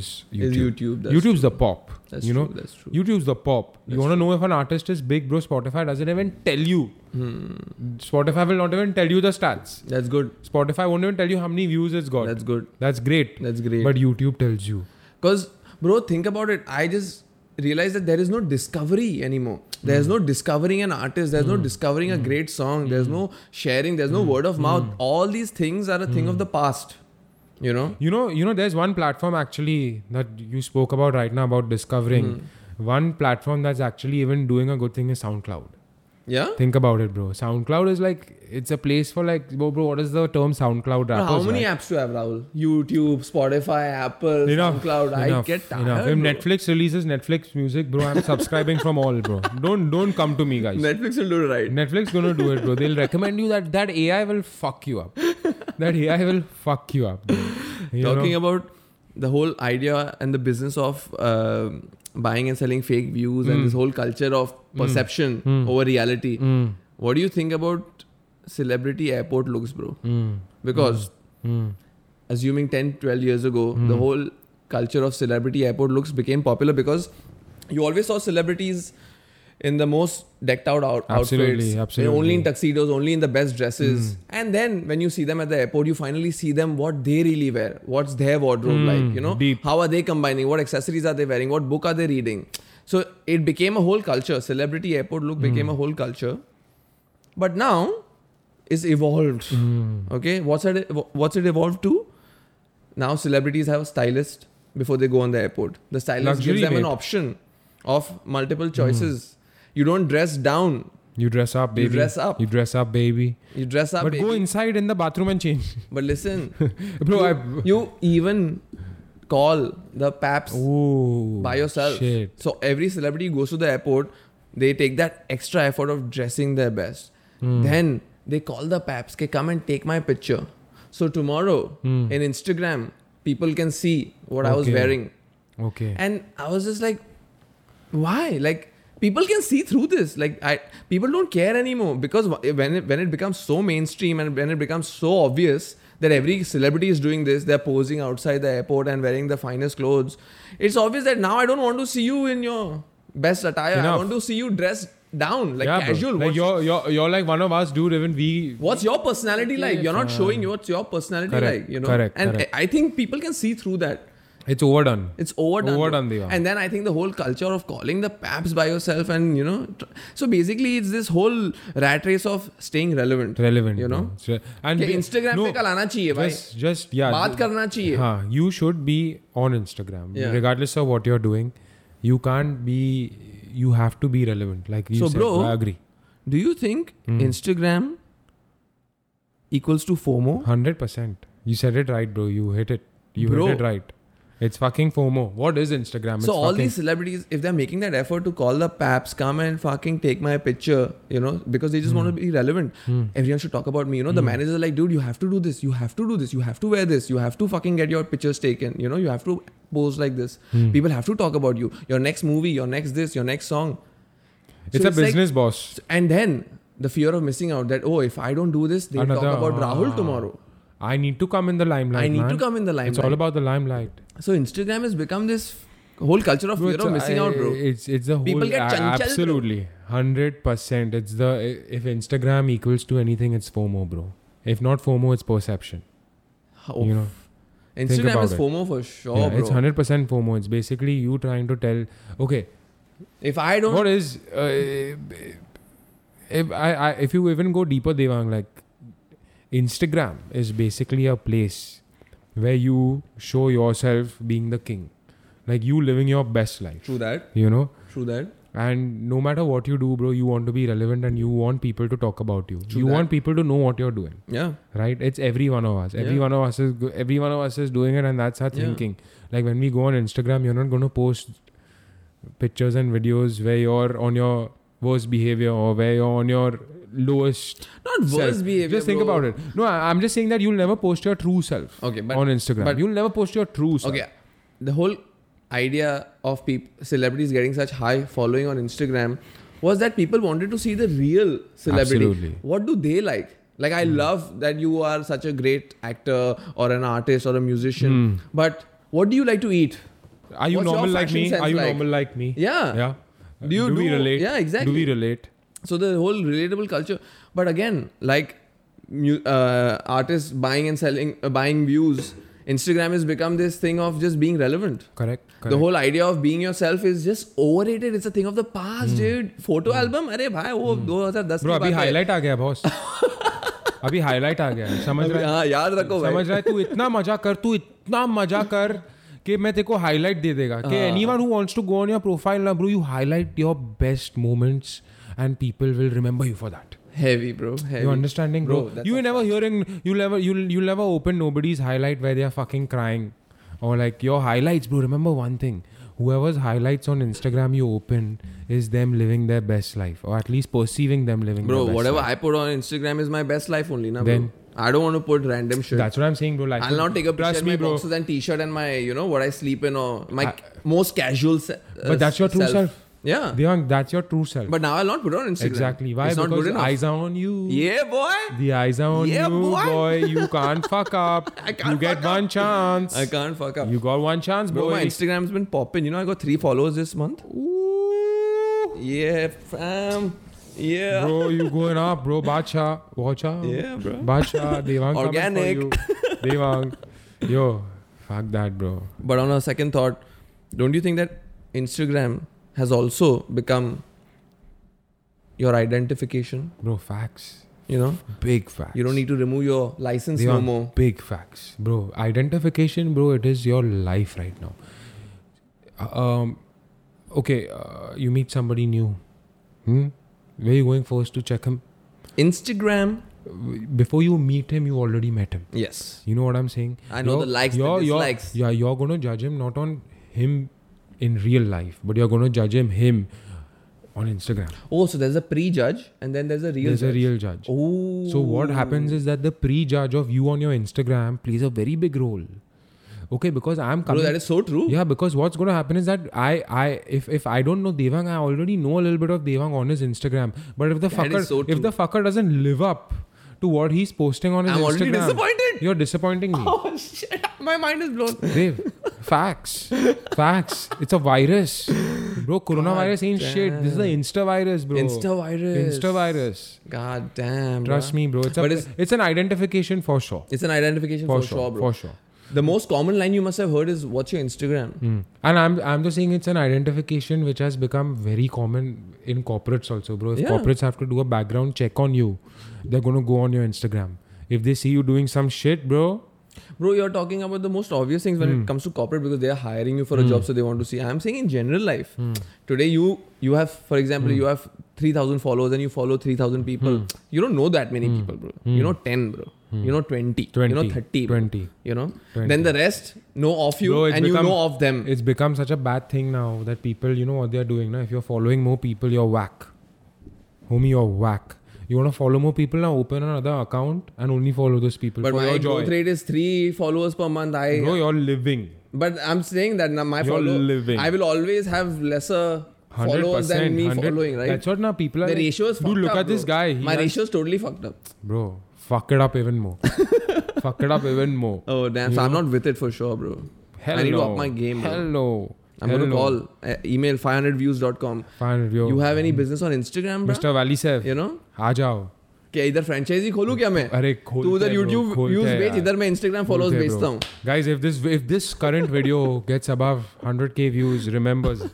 is YouTube.
Is YouTube? That's
YouTube's the pop.
That's
you know,
true, that's true.
YouTube's the pop. you want to know if an artist is big, bro? Spotify doesn't even tell you.
Hmm.
Spotify will not even tell you the stats.
That's good.
Spotify won't even tell you how many views it's got.
That's good.
That's great.
That's great.
But YouTube tells you.
Because, bro, think about it. I just realized that there is no discovery anymore. There's
Hmm.
no discovering an artist. There's no discovering a great song. There's
Hmm.
no sharing. There's no word of mouth. All these things are a thing of the
Hmm.
past. You know?
You know, you know, there's one platform actually that you spoke about right now about discovering.
Hmm.
One platform that's actually even doing a good thing is SoundCloud.
Yeah?
Think about it, bro. SoundCloud is like it's a place for like, bro, bro what is the term SoundCloud
Bro,
rappers?
how many
right?
apps do you have, Rahul? YouTube, Spotify, Apple, SoundCloud. I
enough,
get tired.
enough. If
bro.
Netflix releases Netflix music, bro, I'm subscribing from all, bro. Don't don't come to me, guys.
Netflix will do it right.
Netflix gonna do it, bro. They'll recommend you that that AI will fuck you up. That AI will fuck you up. Bro. You know?
Talking about the whole idea and the business of um buying and selling fake views
Hmm.
and this whole culture of perception over reality.
Mm,
What do you think about celebrity airport looks, bro?
mm,
Because
mm.
assuming 10, 12 years ago,
Hmm.
the whole culture of celebrity airport looks became popular because you always saw celebrities in the most decked out, out
Absolutely,
outfits. They're
absolutely. Hmm.
Only in tuxedos, only in the best dresses. And then when you see them at the airport, you finally see them what they really wear. What's their wardrobe like? You know,
Hmm. deep.
how are they combining? What accessories are they wearing? What book are they reading? So it became a whole culture. Celebrity airport
Hmm.
look became a whole culture. But now it's evolved.
mm.
Okay, what's it? What's it evolved to? Now celebrities have a stylist before they go on the airport. The stylist
Luxury,
gives them an
mate. Hmm.
option of multiple choices. You don't dress down.
You dress up,
You
baby.
dress up.
You dress up, baby.
You dress up.
but go
baby.
inside in the bathroom and change.
But listen,
Bro,
you,
I.
you even call the paps
Ooh.
by yourself.
Shit.
So every celebrity goes to the airport, they take that extra effort of dressing their best.
Hmm.
Then they call the paps, "Ke, come and take my picture. So tomorrow in Instagram, people can see what I was
Hmm. Okay.
wearing.
Okay.
And I was just like, why? Like people can see through this. Like I people don't care anymore because wh- when it, when it becomes so mainstream and when it becomes so obvious that every celebrity is doing this, they're posing outside the airport and wearing the finest clothes. It's obvious that now I don't want to see you in your best attire. I
Enough.
want to see you dressed down, like
yeah, bro.
casual.
Like
What's,
you're, you're, you're like one of us, dude. Even we.
what's your personality like? You're not showing what's your personality
Correct,
like, you know.
correct,
and
correct.
I I think people can see through that.
It's overdone.
It's overdone.
Overdone,
bro.
Deva.
And then I think the whole culture of calling the paps by yourself and, you know, tr- so basically it's this whole rat race of staying relevant.
relevant.
You know?
bro. It's re- and
कि
we-
Instagram
no,
पे कल आना चाहिए भाई
just, just yeah.
बात करना चाहिए
Huh, you should be on Instagram,
Yeah.
regardless of what you're doing. You can't be. You have to be relevant. Like you
So,
said,
bro-
I agree,
Do you think
Hmm.
Instagram equals to FOMO?
hundred percent. You said it right, bro. You hit it. You
Bro.
hit it right. It's fucking FOMO. What is Instagram? It's
so all
fucking-
these celebrities, if they're making that effort to call the paps, come and fucking take my picture, you know, because they just
Hmm.
want to be relevant. Everyone should talk about me. You know, the managers are like, dude, you have to do this, you have to do this, you have to wear this, you have to fucking get your pictures taken. You know, you have to pose like this.
Hmm.
People have to talk about you. Your next movie, your next this, your next song.
It's
So
a
like-
business boss.
and then the fear of missing out that oh, if I don't do this, they'll
Another-
talk about Rahul
ah.
tomorrow.
I need to come in the limelight.
I need to
man.
come in the limelight.
It's all about the limelight.
so Instagram has become this whole culture of
Bro,
fear
it's
of
a-
missing
I-
out, bro.
It's it's the whole
People get
a-
chanchal, bro.
absolutely hundred percent. It's the if Instagram equals to anything, it's FOMO, bro. If not FOMO, it's perception.
How
You know,
Instagram
about
is
it.
FOMO for sure,
yeah,
Oh, bro.
it's hundred percent FOMO. It's basically you trying to tell, okay,
If I don't,
what is uh, if I, I if you even go deeper, Devang, like Instagram is basically a place where you show yourself being the king, like you living your best life.
true that,
You know,
true that.
and no matter what you do bro you want to be relevant and you want people to talk about you
True
you
that.
want people to know what you're doing
Yeah,
right it's every one of us every
Yeah.
one of us is go- every one of us is doing it and that's our
Yeah.
thinking like when we go on instagram you're not going to post pictures and videos where you're on your worst behavior or where you're on your lowest
not worse
self.
behavior.
just think
bro.
about it no I, i'm just saying that you'll never post your true self
Okay, but
on instagram
but-
you'll never post your true self
okay, the whole idea of peop- celebrities getting such high following on Instagram was that people wanted to see the real celebrity.
Absolutely. Hmm.
What do they like? Like I love that you are such a great actor or an artist or a musician,
Hmm.
but what do you like to eat?
are you
What's your
normal like
fashion
me
sense
are you
like?
normal like me
Yeah.
yeah
Do you
we
do-
relate
yeah, exactly.
do we relate
so the whole relatable culture but again like mu- uh, artists buying and selling uh, buying views instagram has become this thing of just being relevant
correct, correct.
the whole idea of being yourself is just overrated it's a thing of the past dude photo album अरे भाई वो 2010
bro
की
अभी
बात है।
Highlight आ गया boss अभी highlight आ गया है, समझ
अभी-
रहा है
हाँ याद रखो
समझ
भाई
रहा है तू इतना मजा कर तू इतना मजा कर कि मैं तेरे को हाईलाइट दे देगा कि
हाँ।
Anyone who wants to go on your profile ना bro you highlight your best moments and people will remember you for that
heavy bro heavy
You understanding, bro?
Bro, that's
you
a
never hearing. You never. You you never open nobody's highlight where they are fucking crying, or like your highlights, bro. Remember one thing: whoever's highlights on Instagram you open is them living their best life, or at least perceiving them living.
bro
their best
whatever
Life.
I put on instagram is my best life only na
Then-
bro I don't want to put random shit
That's what I'm saying, bro. Like,
I'll not take a picture
trust
of
me,
my
bro.
boxes and t-shirt and my, you know, what I sleep in or my most casual. Se- uh,
But that's your true self.
Yeah.
Devang, that's your true self.
But now I'll not put it on Instagram.
exactly. Why?
It's not
because
good enough.
eyes are on you.
Yeah, boy.
The eyes are on
Yeah,
you,
boy.
You can't fuck up.
I can't
you get
fuck up.
one chance.
I can't fuck up.
You got one chance,
Bro,
bro.
my Instagram's been popping. You know, I got three followers this month.
Ooh,
Yeah, fam. Yeah.
Bro, you going up, bro. Bacha, watch out.
Yeah, bro.
Bacha, Devang. coming for
Organic.
you. Devang. Yo, fuck that, bro.
But on a second thought, don't you think that Instagram has also become your identification?
Bro, facts.
You know,
Big facts.
you don't need to remove your license
Devang,
no more.
Big facts, bro. Identification, bro. It is your life right now. Um, okay. Uh, you meet somebody new. Hmm. Where you going first to check him?
Instagram,
Before you meet him, you already met him.
yes.
You know what I'm saying?
I know the likes, the dislikes.
You're, yeah, you're going to judge him not on him in real life, but you're going to judge him him on Instagram.
Oh, so there's a pre-judge and then there's a real.
There's
judge.
a real judge.
Oh.
So what happens is that the pre-judge of you on your Instagram plays a very big role. Okay, because I'm
Bro,
coming.
that is so true.
yeah, because what's going to happen is that I, I, if if I don't know Devang, I already know a little bit of Devang on his Instagram. But if the
That is
fucker,
so
if
true.
the fucker doesn't live up to what he's posting on his
I'm already
Instagram,
disappointed.
You're disappointing me.
Oh shit! My mind is blown.
Dave, facts. Facts. It's a virus. Bro, coronavirus ain't shit. This is the Insta virus, bro.
Insta virus.
Insta virus.
God damn.
Trust
bruh.
me, bro. It's, a,
But
it's,
it's-
an identification for sure.
It's an identification
For,
for,
sure.
sure, bro.
For sure.
The most common line you must have heard is, "What's your Instagram?"
Mm. And I'm I'm just saying it's an identification which has become very common in corporates also, bro. If
Yeah.
corporates have to do a background check on you, they're gonna go on your Instagram. If they see you doing some shit, bro,
Bro, you're talking about the most obvious things when
Hmm.
it comes to corporate because they are hiring you for a job, so they want to see. I'm saying in general life.
Hmm.
Today, you you have, for example, you have three thousand followers and you follow three thousand people.
Hmm.
You don't know that many people, bro. You know ten, bro. You know 20,
20,
You know thirty. bro.
20.
You know.
20.
Then the rest know of you
Bro, it's
and
become-
you know of them.
it's become such a bad thing now that people, you know what they're doing now. If you're following more people, you're whack. Homie, you're whack. You want to follow more people now, open another account and only follow those people.
but
for
my
your joy.
growth rate is three followers per month. I
Bro, you're living.
But I'm saying that now my
You're
follow
living.
I will always have lesser
100%.
followers than me
100
following, right?
That's what now people are.
the
like,
ratio is fucked
Dude, look
up,
at this
bro.
guy. He
My
has-
ratio is totally fucked up.
Bro, fuck it up even more. fuck it up even more.
Oh damn! So I'm not with it for sure, bro.
Hell
I need
no.
to up my game, bro.
Hell no.
I'm
Hell
gonna
no.
call uh, email 500views.com.
Fine, yo.
You have any business on Instagram, bro?
Mr. Valley Sev.
You know?
आ जाओ
क्या इधर franchise खोलूं क्या मैं
अरे खोलते
तू उधर
हैं, bro,
यूट्यूब
खोलते
व्यूज
हैं
बेच
यार।
इधर मैं इंस्टाग्राम फॉलोअर्स
Okay,
बेचता
bro.
हूँ
Guys, if this if this current video gets above 100k views, remembers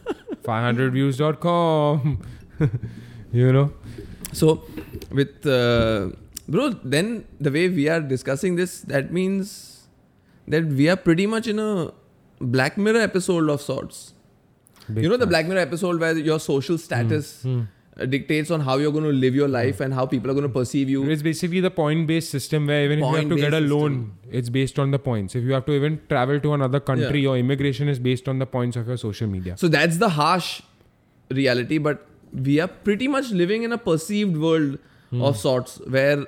500views.com. you know,
So, with uh, bro, then the way we are discussing this, that means that we are pretty much in a Black Mirror episode of sorts.
Big
you know the
fan.
Black Mirror episode where your social status uh, dictates on how you're going to live your life and how people are going to perceive you.
It's basically the point-based system where even if you have to get a
Point-based
loan, it's based on the points. If you have to even travel to another country, your immigration is based on the points of your social media.
So that's the harsh reality, but we are pretty much living in a perceived world
Hmm.
of sorts where,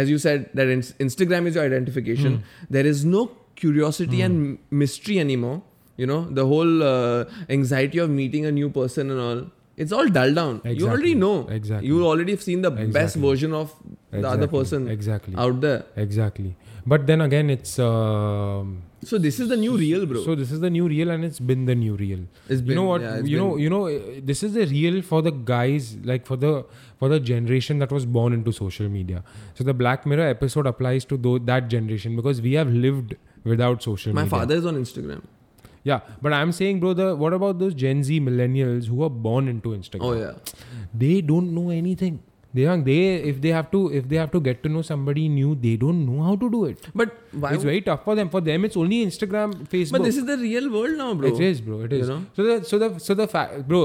as you said, that ins- Instagram is your identification.
Hmm.
There is no curiosity and m- mystery anymore. You know, the whole uh, anxiety of meeting a new person and all. It's all dulled down. You
Exactly.
already know.
Exactly.
You already have seen the best
Exactly.
version of the other
Exactly.
person
Exactly.
out there.
Exactly. But then again, it's um,
So this is the new real, bro.
So this is the new real, and it's been the new real.
It's
you know
been-
what?
yeah, it's
you know,
been-
you know, uh, this is the real for the guys, like for the for the generation that was born into social media. So the Black Mirror episode applies to tho- that generation because we have lived without social
My
media.
father is on Instagram.
Yeah, but I'm saying, bro, the what about those Gen Z millennials who are born into Instagram?
Oh yeah.
They don't know anything. They are they if they have to if they have to get to know somebody new, they don't know how to do it.
But why?
It's very tough for them. For them, it's only Instagram, Facebook.
but this is the real world now, bro.
It is, bro. It is.
You know?
So the so the so the fact, bro.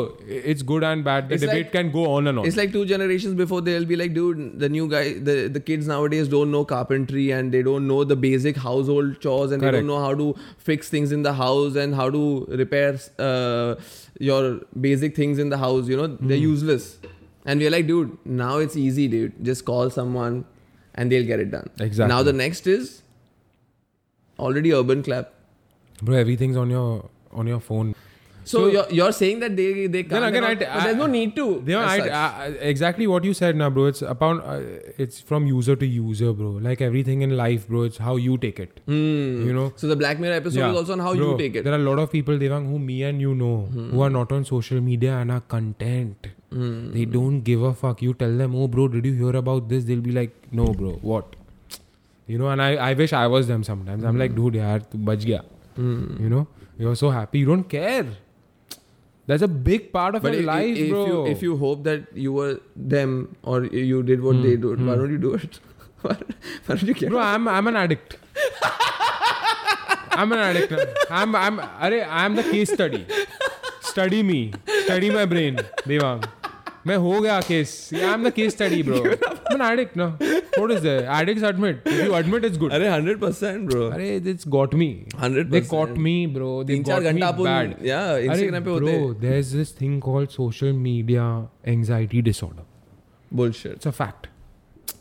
It's good and bad. The
It's
debate
like-
can go on and on.
It's like two generations before they'll be like, dude, the new guy, the, the kids nowadays don't know carpentry and they don't know the basic household chores and they
Correct.
don't know how to fix things in the house and how to repair uh, your basic things in the house. You know, they're
Hmm.
useless. And we're like, dude, now it's easy, dude. Just call someone and they'll get it done.
Exactly.
Now the next is already urban clap.
bro, everything's on your on your phone.
So,
So-
you're, you're saying that they they can't.
Then again,
they're
I-
not- but there's no need to.
They are,
as
I,
such.
I- I- exactly what you said, now, bro. It's upon. Uh, it's from user to user, bro. Like everything in life, bro. It's how you take it.
Hmm.
You know.
So the Black Mirror episode is also on how
Bro,
you take it. Hmm.
There are a lot of people, Devang, who me and you know, who are not on social media and are content.
Mm.
They don't give a fuck. You tell them, oh, bro, did you hear about this? They'll be like, no, bro, what? You know, and I, I wish I was them sometimes. I'm
Hmm.
like, dude, yaar, tu bach gaya.
Mm.
You know, you're so happy. You don't care. That's a big part of
But
your
if,
life,
if,
bro.
You, if you hope that you were them or you did what they do, why don't you do it? why why don't you care?
Hmm, bro, I'm I'm an addict. I'm an addict. now. I'm I'm अरे I'm the case study. Study me. Study my brain, Devang मैं हो गया case I am the case study bro मैं addict ना what is that addicts admit if you admit it's good
अरे 100% bro
अरे it's got me
100%
they caught me bro they
तीन चार
got me
घंटा
बैड
अपन या इंस्टाग्राम पे होते
bro there is this thing called social media anxiety disorder
bullshit
It's a fact.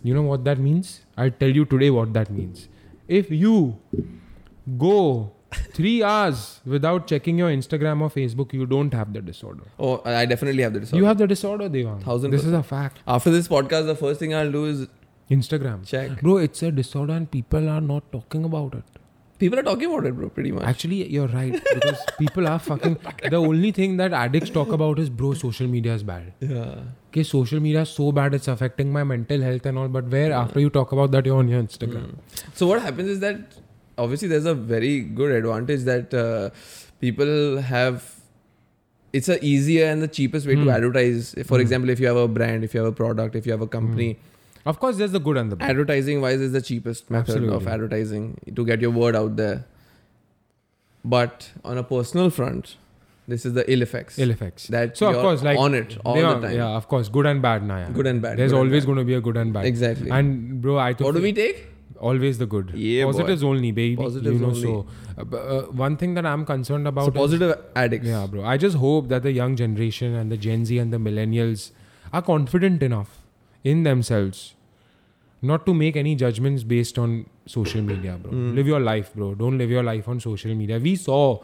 You know what that means? I'll tell you today what that means. If you go three hours without checking your Instagram or Facebook, you don't have the disorder.
oh I definitely have that disorder.
You have the disorder, Devang.
Thousand
This is a fact.
after this podcast the first thing I'll do is
Instagram.
check
Bro, it's a disorder and people are not talking about it.
people are talking about it bro pretty much
Actually, you're right. Because people are fucking. The only thing that addicts talk about is, bro, social media is bad.
yeah
Okay, social media is so bad, it's affecting my mental health and all. But where after you talk about that, you're on your Instagram.
so what happens is that obviously there's a very good advantage that uh, people have it's a easier and the cheapest way to
Hmm.
advertise for example if you have a brand if you have a product if you have a company
Of course, there's the good and the bad.
advertising wise is the cheapest method of
Absolutely.
advertising to get your word out there but on a personal front this is the ill effects
ill effects.
that
so of
you're
course, like
on it all
they
the
are-
time
Yeah, of course, good and bad, Naya.
Good and bad,
There's
good and
always
bad.
going to be a good and bad.
exactly
And bro, I took
what do we take
always the good.
Yeah, boy.
positives only, baby.
Positives
you know,
only.
so uh, b- uh, one thing that I'm concerned about.
so
is-
positive addicts
yeah, bro. I just hope that the young generation and the Gen Z and the millennials are confident enough in themselves not to make any judgments based on social media, bro.
Hmm.
Live your life, bro. Don't live your life on social media. We saw,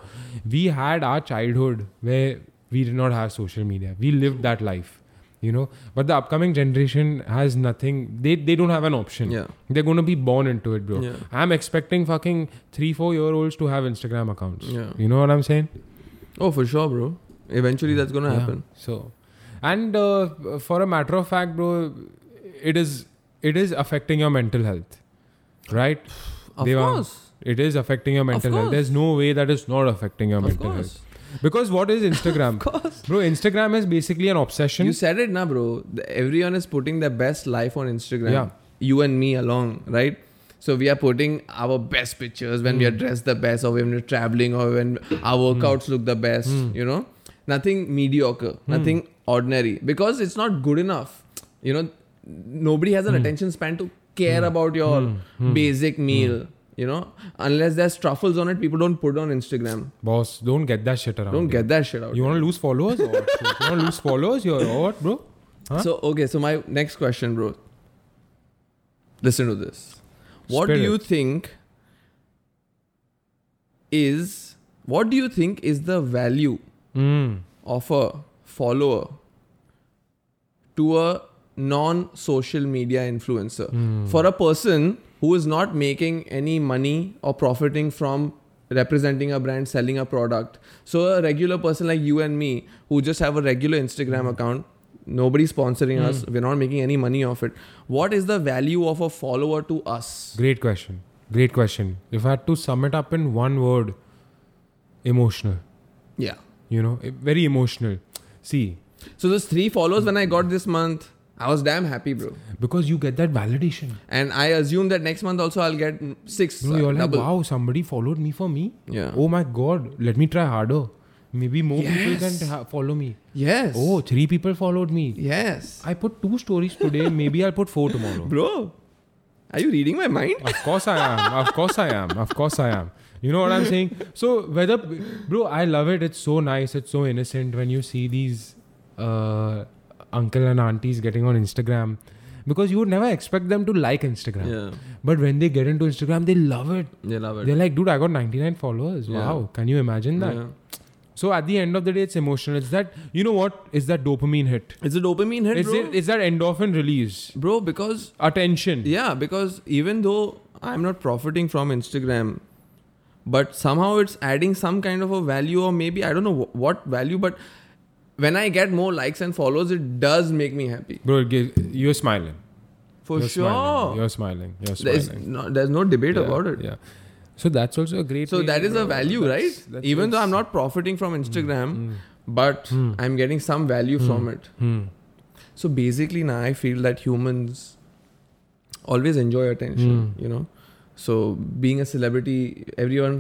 we had our childhood where we did not have social media. We lived that life, you know. But the upcoming generation has nothing. They they don't have an option.
Yeah.
They're gonna be born into it, bro.
Yeah.
I'm expecting fucking three, four year olds to have Instagram accounts.
Yeah.
You know what I'm saying?
oh for sure bro eventually that's gonna
Yeah.
happen
So, and uh, for a matter of fact, bro, it is it is affecting your mental health, right?
of
Devang,
course
It is affecting your mental health.
course.
There's no way that it's not affecting your
of
mental
course
health. Because what is Instagram,
of course
bro? Instagram is basically an obsession.
you said it na bro The- everyone is putting their best life on instagram
Yeah.
you and me along right so we are putting our best pictures when we
Hmm.
are dressed the best or when we're traveling or when our workouts look the best
Hmm.
you know nothing mediocre nothing ordinary because it's not good enough you know nobody has an
Hmm.
attention span to care about your basic meal you know unless there's truffles on it people don't put it on instagram
Boss, don't get that shit around.
don't get that shit out
You want to lose followers? Or what? you want to lose followers? You're what, bro? Huh?
So okay, so my next question, bro. Listen to this. What do
Spirit.
you think is what do you think is the value
Mm.
of a follower to a non-social media influencer for a person who is not making any money or profiting from representing a brand selling a product so a regular person like you and me who just have a regular instagram account nobody's sponsoring us we're not making any money off it what is the value of a follower to us
Great question. Great question. If I had to sum it up in one word, emotional.
yeah
you know eh, very emotional see
so those three followers when i got this month i was damn happy bro
because you get that validation
and i assume that next month also i'll get mm, six
bro
uh,
you're like
double.
wow somebody followed me for me
Yeah.
oh my god let me try harder maybe more people
Yes.
can ha- follow me
Yes.
oh three people followed me
Yes.
i put two stories today maybe i'll put four tomorrow
Bro, are you reading my mind?
of course i am of course i am of course i am you know what i'm saying so whether bro i love it it's so nice it's so innocent when you see these uh, uncle and aunties getting on instagram because you would never expect them to like instagram
Yeah.
But when they get into Instagram, they love it.
They love it.
They're like, dude, I got 99 followers.
Yeah.
Wow. Can you imagine that?
Yeah.
So at the end of the day, it's emotional. It's that, you know what? It's that dopamine hit.
It's a dopamine hit,
It's,
bro.
it, it's that endorphin release.
bro, because
Attention.
yeah, because even though I'm not profiting from Instagram, but somehow it's adding some kind of a value or maybe I don't know wh- what value, but when I get more likes and follows, it does make me happy
Bro, it gives, you're smiling.
for
you're Smiling.
Oh, sure.
You're smiling. You're
There's
smiling.
no, there's no debate
Yeah,
about it.
Yeah. So that's also a great.
So
way
that
to
is a
grow.
value,
That's-
right?
that's-
Even though I'm
that's-
not profiting from Instagram, but I'm getting some value from it.
Hmm.
So basically, now I feel that humans always enjoy attention,
Hmm.
you know. So being a celebrity, everyone,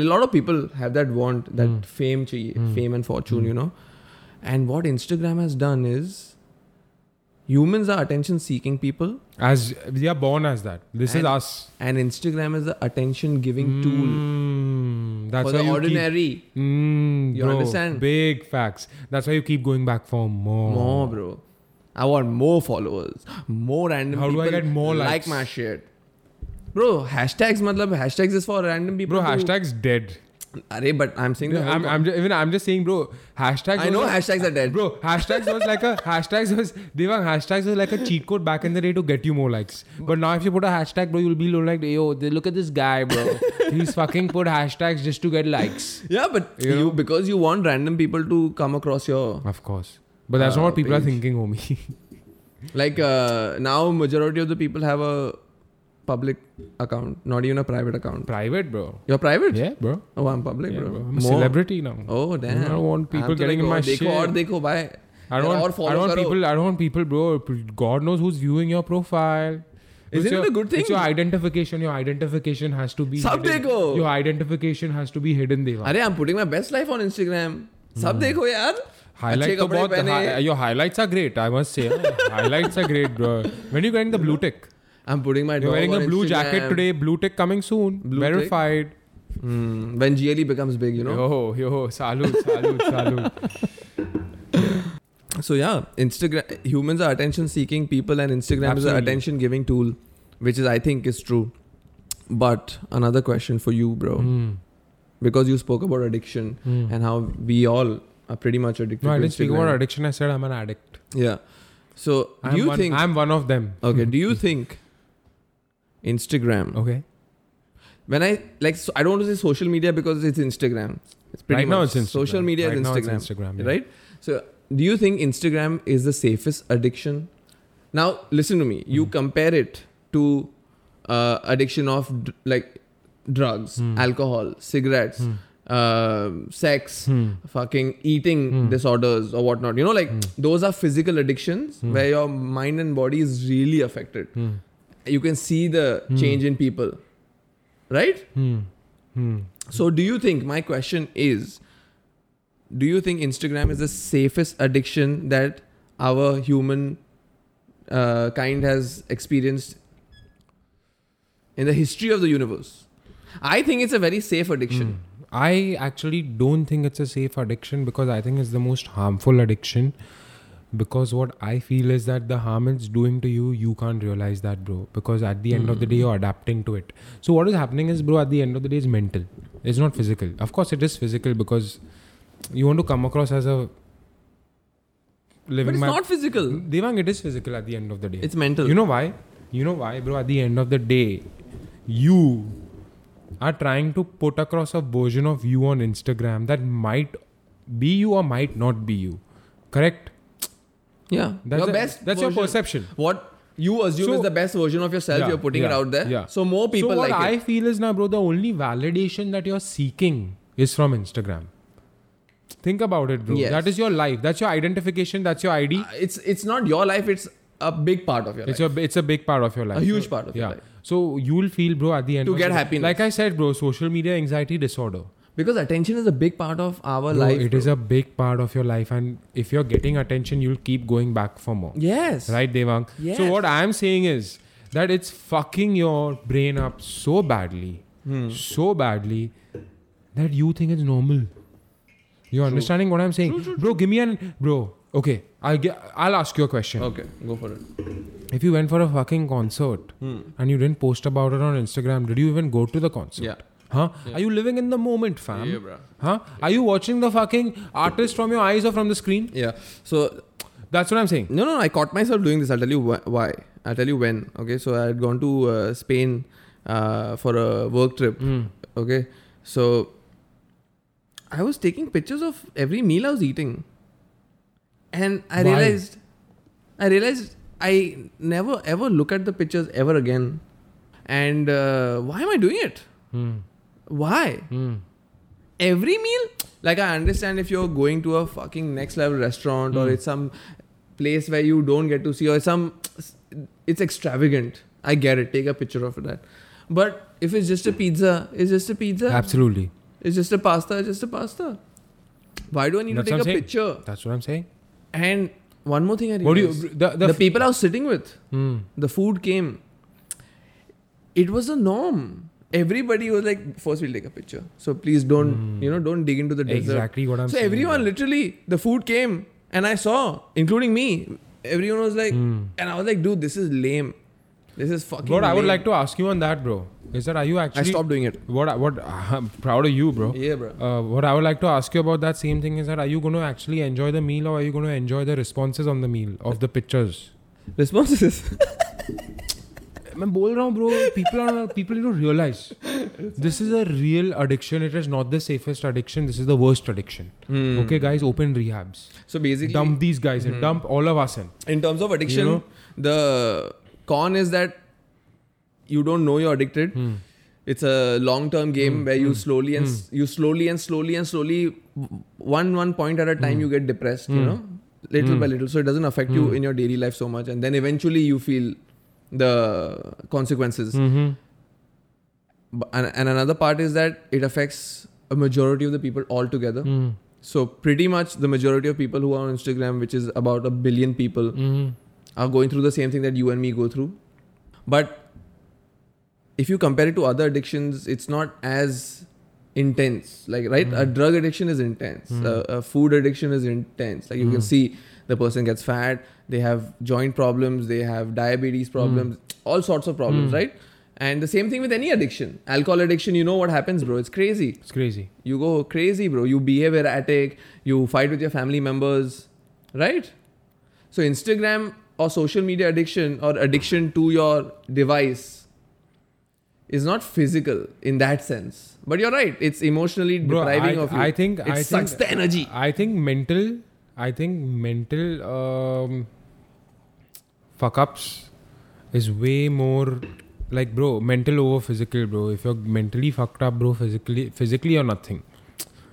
a lot of people have that want, that
Mm.
fame, chahiye,
Mm.
fame and fortune,
Mm.
you know. And what Instagram has done is, humans are attention-seeking people,
Hmm. As we are born as that. This is
And
us.
and Instagram is the attention-giving tool
Mm, Hmm. that's
for
why
the
you
ordinary.
Keep, mm,
You
bro,
understand?
Big facts. That's why you keep going back for more.
More, bro. I want more followers, more random
How do
people
I get more
like
likes?
my shit. Bro, hashtags, matlab, hashtags is for random people.
Bro,
to-
hashtag's dead.
Arey, but I'm saying the whole
I'm,
con-
I'm just, even I'm just saying, bro.
I
Hashtags. was
know
like-
hashtags are dead.
Bro, hashtags was like a hashtags was Devang, hashtags was like a cheat code back in the day to get you more likes. But now if you put a hashtag, bro, you'll be like, yo, they- look at this guy, bro. He's fucking put hashtags just to get likes.
Yeah, but you,
You know?
because you want random people to come across your
Of course. But that's not
Uh,
what people are
page.
thinking, homie.
like uh, now majority of the people have a public account, not even a private account.
Private, bro.
You're private?
Yeah, bro.
Oh, I'm public,
Yeah,
bro.
bro. I'm a
More.
celebrity now.
Oh damn!
I don't want people
I'm तो
getting in
like,
my
oh, देखो
shit.
और देखो bye.
I don't
और
want, I
follow
don't want
करो.
people I don't want people bro God knows who's viewing your profile
Isn't
It's
it
your-
a good thing?
It's your identification. Your identification has to be.
सब
hidden.
देखो.
Your identification has to be hidden, Deva.
अरे I'm putting my best life on Instagram.
Hmm.
सब देखो यार. अच्छे
Highlight तो
कपड़े
बहुत
पहने.
hi- your highlights are great I must say highlights are great bro when you getting the blue tick
I'm putting my.
you're
dog
wearing a
on
blue jacket
Instagram.
today blue tick coming soon
Blue tick?
verified
Hmm, when GLE becomes big, you know.
yo yo salute salute salute
So yeah, Instagram humans are attention seeking people and Instagram is an
Absolutely.
attention giving tool, which is I think is true. But another question for you, bro,
Hmm.
because you spoke about addiction
Hmm.
Oh. and how we all are pretty much addicted.
no I
to
didn't speak
Instagram.
about addiction I said I'm an addict
Yeah. So do
I'm
you
one,
think?
I'm one of them
okay. Do you think Instagram?
Hmm. okay
When I like, so I don't want to say social media because it's Instagram. It's pretty
right
much
now it's Instagram
social media
right
is
now it's
Instagram.
Instagram yeah.
right so do you think instagram is the safest addiction now listen to me
Hmm.
you compare it to uh, addiction of d- like drugs
Hmm.
alcohol cigarettes
Hmm.
um, sex
Hmm.
fucking eating
Hmm.
disorders or whatnot you know like
Hmm.
those are physical addictions
Hmm.
where your mind and body is really affected
Hmm.
you can see the
Hmm.
change in people right
Hmm. Hmm.
so, do you think my question is do you think Instagram is the safest addiction that our human uh, kind has experienced in the history of the universe? I think it's a very safe
Hmm.
addiction.
I actually don't think it's a safe addiction because I think it's the most harmful addiction. Because what I feel is that the harm it's doing to you, you can't realize that, bro. Because at the end of the day, you're adapting to it. So, what is happening is, bro, at the end of the day, is mental. It's not physical. Of course, it is physical because you want to come across as a living
But it's
my-
not physical,
Devang, it is physical at the end of the day.
it's mental.
You know why? You know why, bro? At the end of the day, you are trying to put across a version of you on Instagram that might be you or might not be you. Correct?
yeah.
That's
your
a-
best.
That's your
version.
perception.
What you assume
So-
is the best version of yourself,
Yeah,
you're putting it
yeah,
out there.
yeah.
So, more people
so what
like
I
it.
feel is now, bro, the only validation that you're seeking is from Instagram. Think about it, bro.
Yes.
That is your life. That's your identification. That's your ID.
Uh, It's, it's not your life, it's a big part of your
It's
life.
a it's a big part of your life.
A huge part of your life.
So you'll feel, bro, at the end
To
of
get
the-
happiness.
Like I said, bro, social media anxiety disorder.
because attention is a big part of our
Bro,
life.
it
bro.
is a big part of your life, and if you're getting attention, you'll keep going back for more.
Yes.
Right, Devang? So,
Yes.
what I'm saying is that it's fucking your brain up so badly,
Hmm.
so badly, that you think it's normal. You're understanding what I'm saying? Bro, give me an. Bro, okay, I'll, get, I'll ask you a question.
Okay, go for it.
If you went for a fucking concert
Hmm.
and you didn't post about it on Instagram, did you even go to the concert?
Yeah.
Huh? Are you living in the moment, fam?
Yeah, bro.
Huh? Are you watching the fucking artist from your eyes or from the screen?
Yeah. So
That's what I'm saying.
no, no, I caught myself doing this. I'll tell you wh- why. I'll tell you when. Okay. So I had gone to uh, Spain uh, for a work trip. Okay. So I was taking pictures of every meal I was eating. and I
Why?
realized, I realized I never ever look at the pictures ever again. And uh, why am I doing it?
Hmm.
Why?
Hmm.
every meal like i understand if you're going to a fucking next level restaurant
Hmm.
or it's some place where you don't get to see or some it's extravagant i get it take a picture of that but if it's just a pizza it's just a pizza
Absolutely.
it's just a pasta it's just a pasta why do i need
That's
to take
what I'm
a
saying.
picture
That's what I'm saying.
and one more thing i
What do you?
realized.
The, the,
the, people i was sitting with
Hmm.
the food came it was a norm everybody was like first we'll take a picture so please don't you know don't dig into the desert
Hmm. Exactly what I'm
so
saying.
everyone literally the food came and I saw, including me. Everyone was like, and I was like, dude, this is lame. This is fucking.
Hmm. Bro, I would
lame."
like to ask you on that, bro. Is that are you actually?
I stopped doing it.
What? I- What? I'm proud of you, bro.
Yeah, bro.
Uh, what I would like to ask you about that same thing is that are you going to actually enjoy the meal or are you going to enjoy the responses on the meal of the pictures?
Responses.
I'm bol raha bro. People are people you don't realize this is a real addiction. It is not the safest addiction. This is the worst addiction. Okay, guys, open rehabs.
so basically,
Dump these guys and dump all of us in.
in terms of addiction,
You know?
the con is that you don't know you're addicted.
Hmm.
It's a long-term game where you slowly and s you slowly and slowly and slowly w- one one point at a
Hmm.
time you get depressed. You know, little by little, so it doesn't affect you in your daily life so much, and then eventually you feel the consequences.
Hmm.
B- and, and another part is that it affects a majority of the people altogether.
Hmm.
So pretty much the majority of people who are on Instagram, which is about a billion
Hmm.
people, are going through the same thing that you and me go through. But if you compare it to other addictions, it's not as intense. Like right, a drug addiction is intense. A, a food addiction is intense. Like you can see the person gets fat, they have joint problems, they have diabetes problems, all sorts of problems, right? And the same thing with any addiction. Alcohol addiction, you know what happens, bro. It's crazy.
It's crazy.
You go crazy, bro. You behave erratic. You fight with your family members, right? So Instagram or social media addiction or addiction to your device is not physical in that sense. But you're right. It's emotionally
Bro,
depriving
I,
of you.
I think
it
I think-
sucks the energy.
I think mental. I think mental um, fuck ups is way more like bro mental over physical bro. If you're mentally fucked up, bro, physically physically or nothing.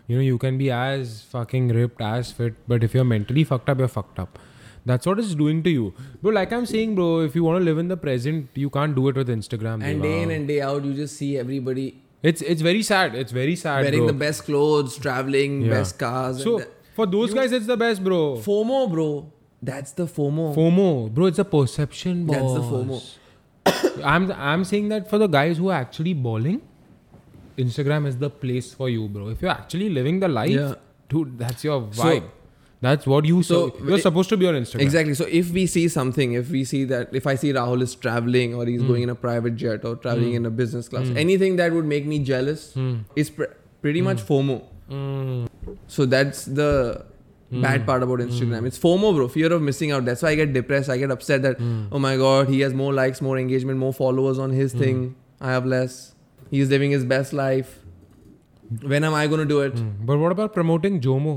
You know you can be as fucking ripped as fit, but if you're mentally fucked up, you're fucked up. That's what it's doing to you, bro. Like I'm saying, bro, if you want to live in the present, you can't do it with Instagram.
And
Devang.
day in and day out, you just see everybody
it's it's very sad. It's very sad.
wearing
bro.
the best clothes, traveling,
Yeah.
best cars.
So
and the-
for those guys, it's the best, bro.
FOMO, bro. That's the FOMO.
FOMO, bro. It's a perception, boss.
That's the FOMO.
I'm I'm saying that for the guys who are actually balling, Instagram is the place for you, bro. If you're actually living the life,
Yeah.
dude, that's your
So-
vibe. that's what you so
So,
you're
it-
supposed to be on Instagram.
Exactly. So if we see something, if we see that, if I see Rahul is traveling or
Hmm.
he's going in a private jet or traveling in a business class, anything that would make me jealous
Hmm.
is pr- pretty much FOMO. So that's the
Hmm.
bad part about Instagram. It's FOMO, bro. Fear of missing out. That's why I get depressed. I get upset that
Hmm.
oh my god, he has more likes, more engagement, more followers on
Hmm.
his thing. I have less. He's living his best life. When am I gonna do it?
Hmm. But what about promoting JOMO?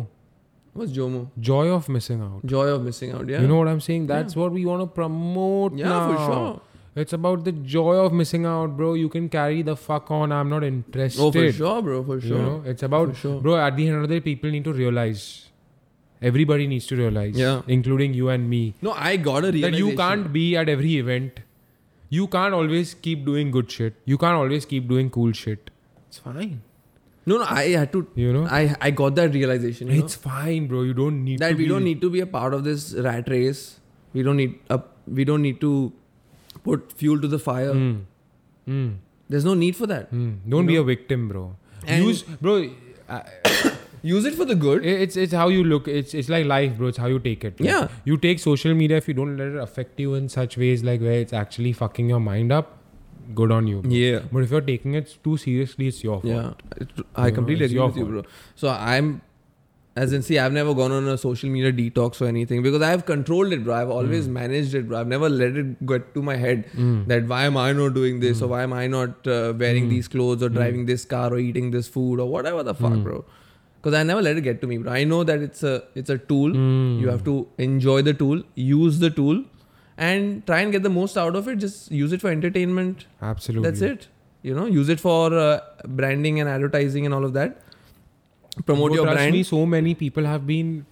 What's Jomo?
Joy of missing out.
Joy of missing out. Yeah.
You know what I'm saying? That's what we want to promote.
Yeah,
now.
for sure.
It's about the joy of missing out, bro. You can carry the fuck on. I'm not interested.
Oh, for sure, bro. For sure.
You know, it's about
For sure.
bro. At the end of the day, people need to realize. Everybody needs to realize,
Yeah.
including you and me,
No, I got a
that
realization.
you can't be at every event. You can't always keep doing good shit. You can't always keep doing cool shit. It's fine.
No, no, I had to.
You know,
I I got that realization. You
it's fine, bro. You don't need
know, that
to
we
be-
don't need to be a part of this rat race. We don't need a, We don't need to put fuel to the fire.
Mm. Mm.
There's no need for that.
Mm. Don't be a victim, bro.
And-
Use, bro. I-
Use it for the good.
It- It's it's how you look. It's it's like life, bro. It's how you take it. Like,
Yeah.
You take social media if you don't let it affect you in such ways like where it's actually fucking your mind up. Good on you. bro.
Yeah.
But if you're taking it too seriously, it's your fault.
Yeah, It- I
You know,
completely
it's
agree
your
with you, bro. So I'm, as in, see, I've never gone on a social media detox or anything because I've controlled it, bro. I've always
Hmm.
managed it, bro. I've never let it get to my head that why am I not doing this or
Hmm.
why
Hmm.
am I not uh, wearing these clothes or driving this car or eating this food or whatever the fuck, bro. because I never let it get to me. But I know that it's a it's a tool.
Hmm.
You have to enjoy the tool, use the tool, and try and get the most out of it. Just use it for entertainment.
Absolutely.
That's it. You know, use it for uh, branding and advertising and all of that. Promote
Bro,
your
trust
brand.
me, so many people have been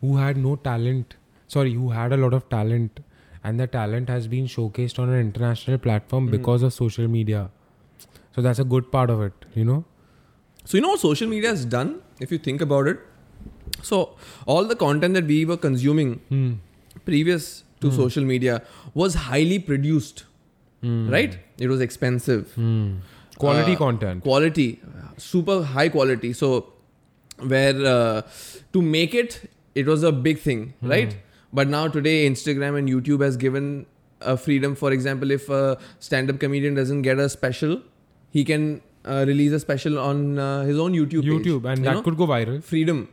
who had no talent. Sorry, who had a lot of talent, and the talent has been showcased on an international
Hmm.
platform because of social media. So that's a good part of it, you know.
So you know what social media has done if you think about it. So all the content that we were consuming
Hmm.
previous to social media was highly produced,
Hmm.
right? It was expensive,
Quality
Uh,
content.
quality, super high quality. So where uh, to make it, it was a big thing,
Hmm.
right? But now today, Instagram and YouTube has given a freedom. For example, if a stand-up comedian doesn't get a special, he can uh, release a special on uh, his own YouTube. page,
YouTube, and
you
that
know?
could go viral.
freedom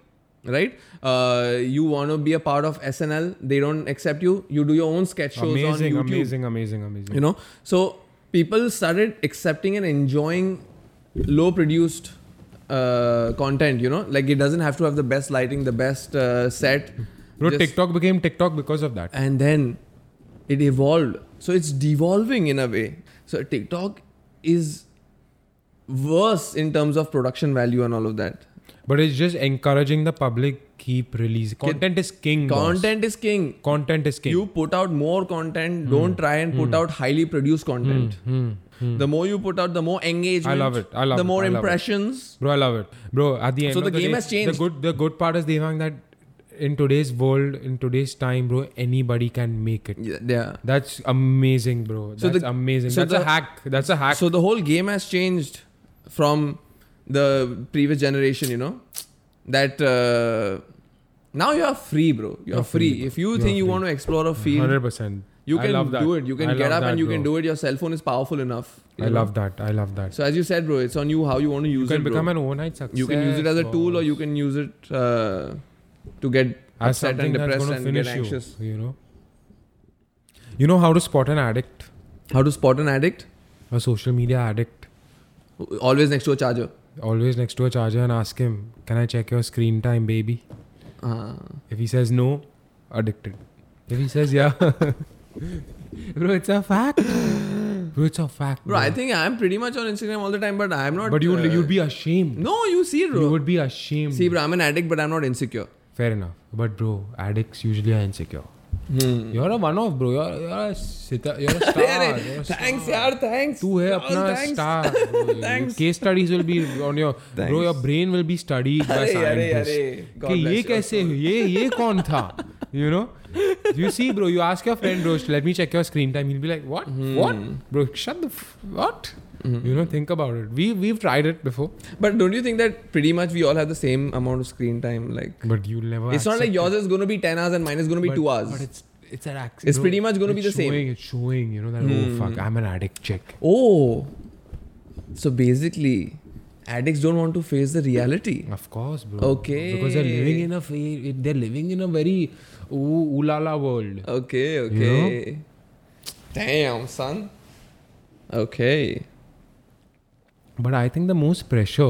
right uh, you want to be a part of snl they don't accept you you do your own sketch shows
Amazing,
on youtube
amazing, amazing, amazing.
you know so people started accepting and enjoying low produced uh, content you know like it doesn't have to have the best lighting the best uh, set
Bro,
Just-
TikTok became TikTok because of that.
and then it evolved so it's devolving in a way so tiktok is worse in terms of production value and all of that
But it's just encouraging the public keep releasing. Content is king. boss.
content is king
Content is king.
You put out more
Hmm.
content. Don't try and put out highly produced content. The more you put out, the more engagement.
Hmm. I love it. I love
the
it.
more
I love it.
impressions.
Bro, I love it. Bro, at the end
So
of
the game
day,
has changed.
The good, the good part is Devang that in today's world, in today's time, bro, anybody can make it.
Yeah. yeah.
That's amazing, bro.
So
That's
the-
amazing.
so
That's a
the-
hack. That's a hack.
So the whole game has changed from the previous generation. You know that uh, now you are free, bro. You are
You're
free.
free, bro.
If you
You
think
are
you
free.
want to explore a field,
Hundred percent.
you
I
can
love that.
do it. You can
I
get
love
up and
that,
you
bro.
can do it. Your cell phone is powerful enough. you
I
know.
love that. I love that.
So as you said, bro, it's on you how you want to
You
use
can
it. bro.
become an overnight success.
you can use it as a tool or
boss.
you can use it uh, to get
as
upset
something
and
that's
depressed
gonna
and get
finish you.
anxious
You know. You know how to spot an addict,
how to spot an addict
a social media addict.
always next to a charger
Always next to a charger and ask him, "Can I check your screen time, baby?"
uh,
If he says no, addicted. If he says yeah, bro, it's a fact. Bro, it's a fact.
bro i think i'm pretty much on instagram all the time but i'm not
but you would
uh,
you'd be ashamed.
no you see it, bro
You would be Ah, ashamed.
see bro i'm an addict but i'm not insecure
Fair enough. But bro, addicts usually are insecure.
Hmm.
You're a one-off, bro. You're, you're a sita, you're a star. you're a star.
thanks yaar thanks
तू है अपना
thanks.
star. Bro.
Thanks.
Case studies will be on your bro. Your brain will be studied by
अरे, अरे,
scientists.
अरे. God
कि ये
bless your
कैसे ये ये कौन था? You know? You see, bro. You ask your friend, bro. Let me check your screen time. He'll be like, what?
Hmm.
What? Bro, shut the f- what? You know, think about it. We we've tried it before,
but don't you think that pretty much we all have the same amount of screen time like
but you'll never.
it's not
accept
like yours is going to be 10 hours and mine is going to be
But-
2 hours
But it's it's an accident.
It's pretty much gonna be the same. Hmm.
showing, It's showing, you know, that oh fuck, I'm an addict. Check.
Oh, so basically, addicts don't want to face the reality.
Of course, bro.
Okay.
Because they're living in a fa- they're living in a very ooh, ooh la la world.
Okay, okay. Damn, son. Okay.
But I think the most pressure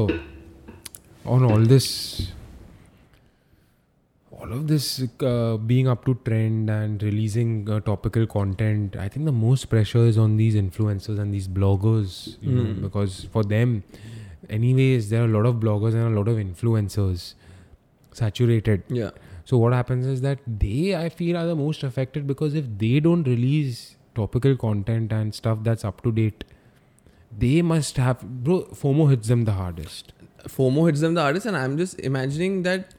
on all this, all of this uh, being up to trend and releasing uh, topical content, I think the most pressure is on these influencers and these bloggers, you know, because for them, anyways, there are a lot of bloggers and a lot of influencers saturated.
Yeah.
So what happens is that they, I feel, are the most affected because if they don't release topical content and stuff that's up to date, they must have bro. FOMO hits them the hardest.
FOMO hits them the hardest, and I'm just imagining that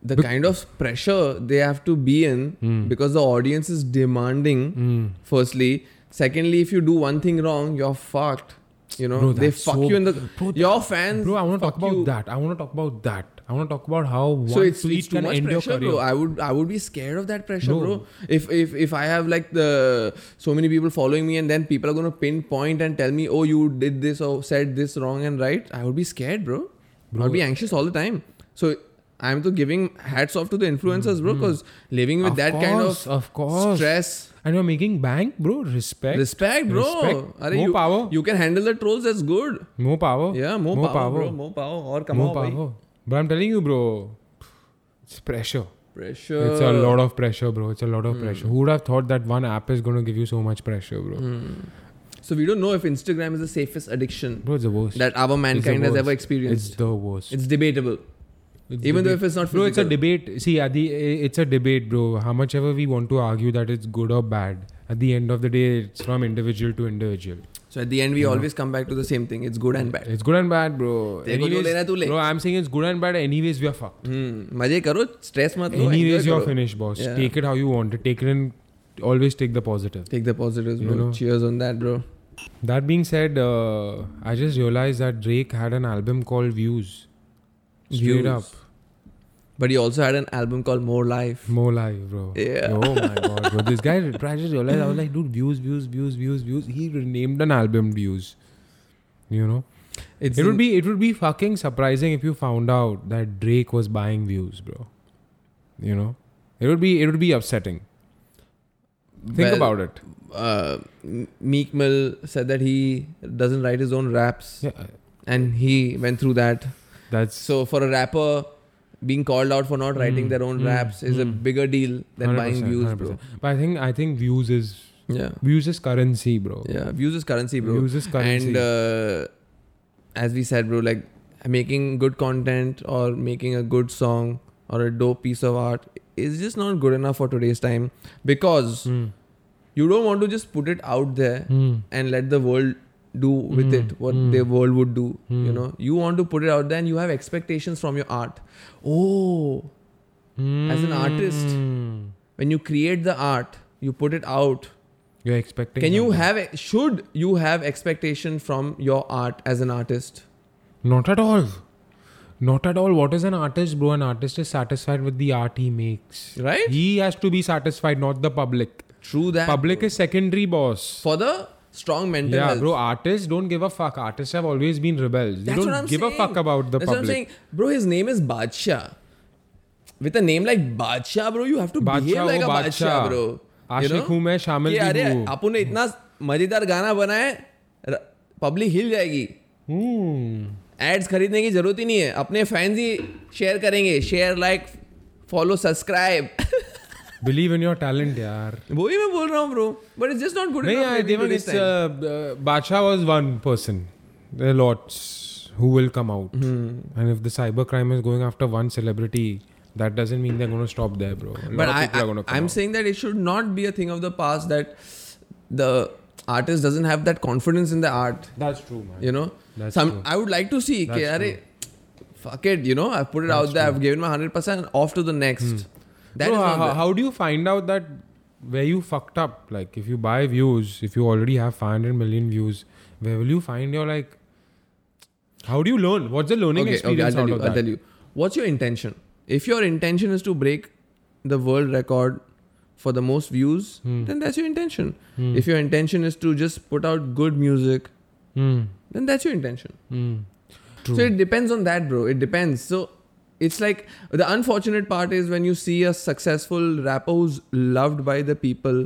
the kind of pressure they have to be in
Hmm.
because the audience is demanding, firstly. Secondly, if you do one thing wrong, you're fucked. You know,
Bro,
they
that's
fuck
so-
you in the.
Bro,
your fans.
Bro, I want to
fuck
talk about
you.
that. I want to talk about that. I want to talk about how one
so it's,
tweet
it's too
can
much
end
pressure
your career.
bro i would i would be scared of that pressure
No.
bro if if if i have like the so many people following me and then people are going to pinpoint and tell me oh you did this or said this wrong and right i would be scared bro, i would be anxious all the time so i'm to giving hats off to the influencers bro because living with
Mm-hmm. Of
that kind
course,
of
of course.
stress
and you're making bank, bro. Respect.
Respect, bro.
Respect.
Arey,
more
you,
power.
you can handle the trolls. That's good.
more power.
Yeah, more,
More
power,
power.
bro. More power. Or come
more
on, bhai.
power. But I'm telling you, bro, it's pressure.
Pressure.
it's a lot of pressure, bro. It's a lot
Hmm.
of pressure. Who would have thought that one app is going to give you so much pressure, bro?
Hmm. So we don't know if Instagram is the safest addiction
Bro, it's the worst.
that our mankind has
worst.
ever
it's
experienced.
the worst.
It's, debatable,
It's
even though
debate-
if it's not physical.
Bro, it's a debate. See, at the it's a debate, bro. How much ever we want to argue that it's good or bad, at the end of the day, it's from individual to individual.
So at the end, we always come back to the same thing. It's good and bad.
It's good and bad, bro.
तेरे को जो लेना है तू ले।
bro, I'm saying it's good and bad. Anyways, we are fucked.
Hmm. मजे करो, stress मत लो.
Anyways,
enjoy
you're
करो.
finished, boss.
Yeah.
Take it how you want it. Take it and always take the positive.
Take the positives,
You
bro.
know.
Cheers on that, bro.
That being said, uh, I just realized that Drake had an album called Views. Straight
Views.
up,
But he also had an album called More Life.
more live, bro.
Yeah.
Oh my god, bro. This guy, I just realized, I was like, dude, Views, Views, Views, Views, Views. He renamed an album Views. You know,
It's
it would be it would be fucking surprising if you found out that Drake was buying Views, bro. You know, it would be it would be upsetting. Think
Well,
about it.
Uh, M- Meek Mill said that he doesn't write his own raps,
Yeah,
and he went through that.
that's
So for a rapper, being called out for not writing
Mm,
their own
mm,
raps is a
mm.
bigger deal than buying
100%,
views,
100%. But I think I think Views is
bro. Yeah,
Views is currency, bro.
yeah. Views is currency, bro.
Views is currency.
And uh, as we said, bro, like making good content or making a good song or a dope piece of art is just not good enough for today's time because
Mm.
you don't want to just put it out there
Mm.
and let the world do with
Mm,
it what
mm.
the world would do you
Mm.
know you want to put it out there and you have expectations from your art oh As an artist,
Mm.
when you create the art you put it out
you're expecting.
can you
something.
have should you have expectation from your art as an artist
Not at all. Not at all. What is an artist, bro? An artist is satisfied with the art he makes.
Right?
He has to be satisfied, not the public.
true that
public is secondary, boss.
for the strong mental
Yeah,
health
bro. Artists don't give a fuck. Artists have always been rebels. They
That's
don't
what I'm
give
saying.
a fuck about the
That's what I'm
public.
saying. Bro, his name is Badshah. With a name like Badshah, bro, you have to
Badshah
behave like a
ho
Badshah,
Badshah.
bro. You
Ashique
know?
हूँ मैं शामिल
कि
भी
अरे
हूँ।
आपू ने इतना मजेदार गाना बनाया पब्लिक हिल जाएगी
Hmm.
एड्स खरीदने की जरूरत ही नहीं है अपने फैंस ही शेयर करेंगे share like follow subscribe
Believe in your talent, यार.
वही मैं बोल रहा हूँ bro but it's just not good
No, yeah, Devan, it's, uh, uh, Bacha was one person. There are lots who will come out.
Hmm.
And if the cybercrime is going after one celebrity, that doesn't mean they're going to stop there, bro. A uh, lot
But
of
I,
people are going
I,
to come
am
out.
saying that it should not be a thing of the past that the artist doesn't have that confidence in the art.
That's true, man.
You know,
That's
some
true.
I would like to see.
That's
Ke, "Arey, fuck it. You know, I've put it out there. I've given my hundred percent. Off to the next. That
Hmm. Bro,
is not
how,
there.
how do you find out that where you fucked up? Like, if you buy views, if you already have 500 million views, where will you find your, like, how do you learn? What's the learning
okay, okay. I'll
experience
tell
out
you.
of
I'll
that?
tell you. What's your intention? If your intention is to break the world record for the most views,
Hmm.
then that's your intention. If your intention is to just put out good music,
Hmm.
then that's your intention.
Hmm. True.
So it depends on that, bro. It depends. So it's like the unfortunate part is when you see a successful rapper who's loved by the people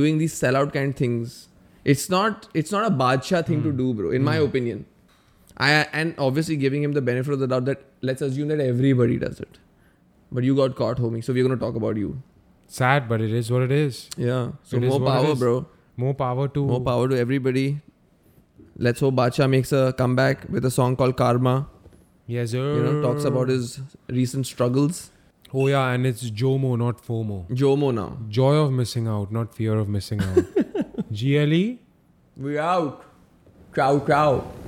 doing these sellout kind things. It's not it's not a badsha thing to
Hmm.
do, bro. In my opinion, I and obviously giving him the benefit of the doubt that let's assume that everybody does it, but you got caught, homie. So we're gonna talk about you.
Sad, but it is what it is.
Yeah. So
It is
more
what it
power,
is.
bro.
More power to
More power to everybody. Let's hope Bacha makes a comeback with a song called Karma.
Yes, sir.
you know, talks about
Hmm.
his recent struggles.
Oh yeah, and it's JOMO, not FOMO.
Jomo now.
Joy of missing out, not E? fear of missing out. GLE.
We out. Ciao, ciao.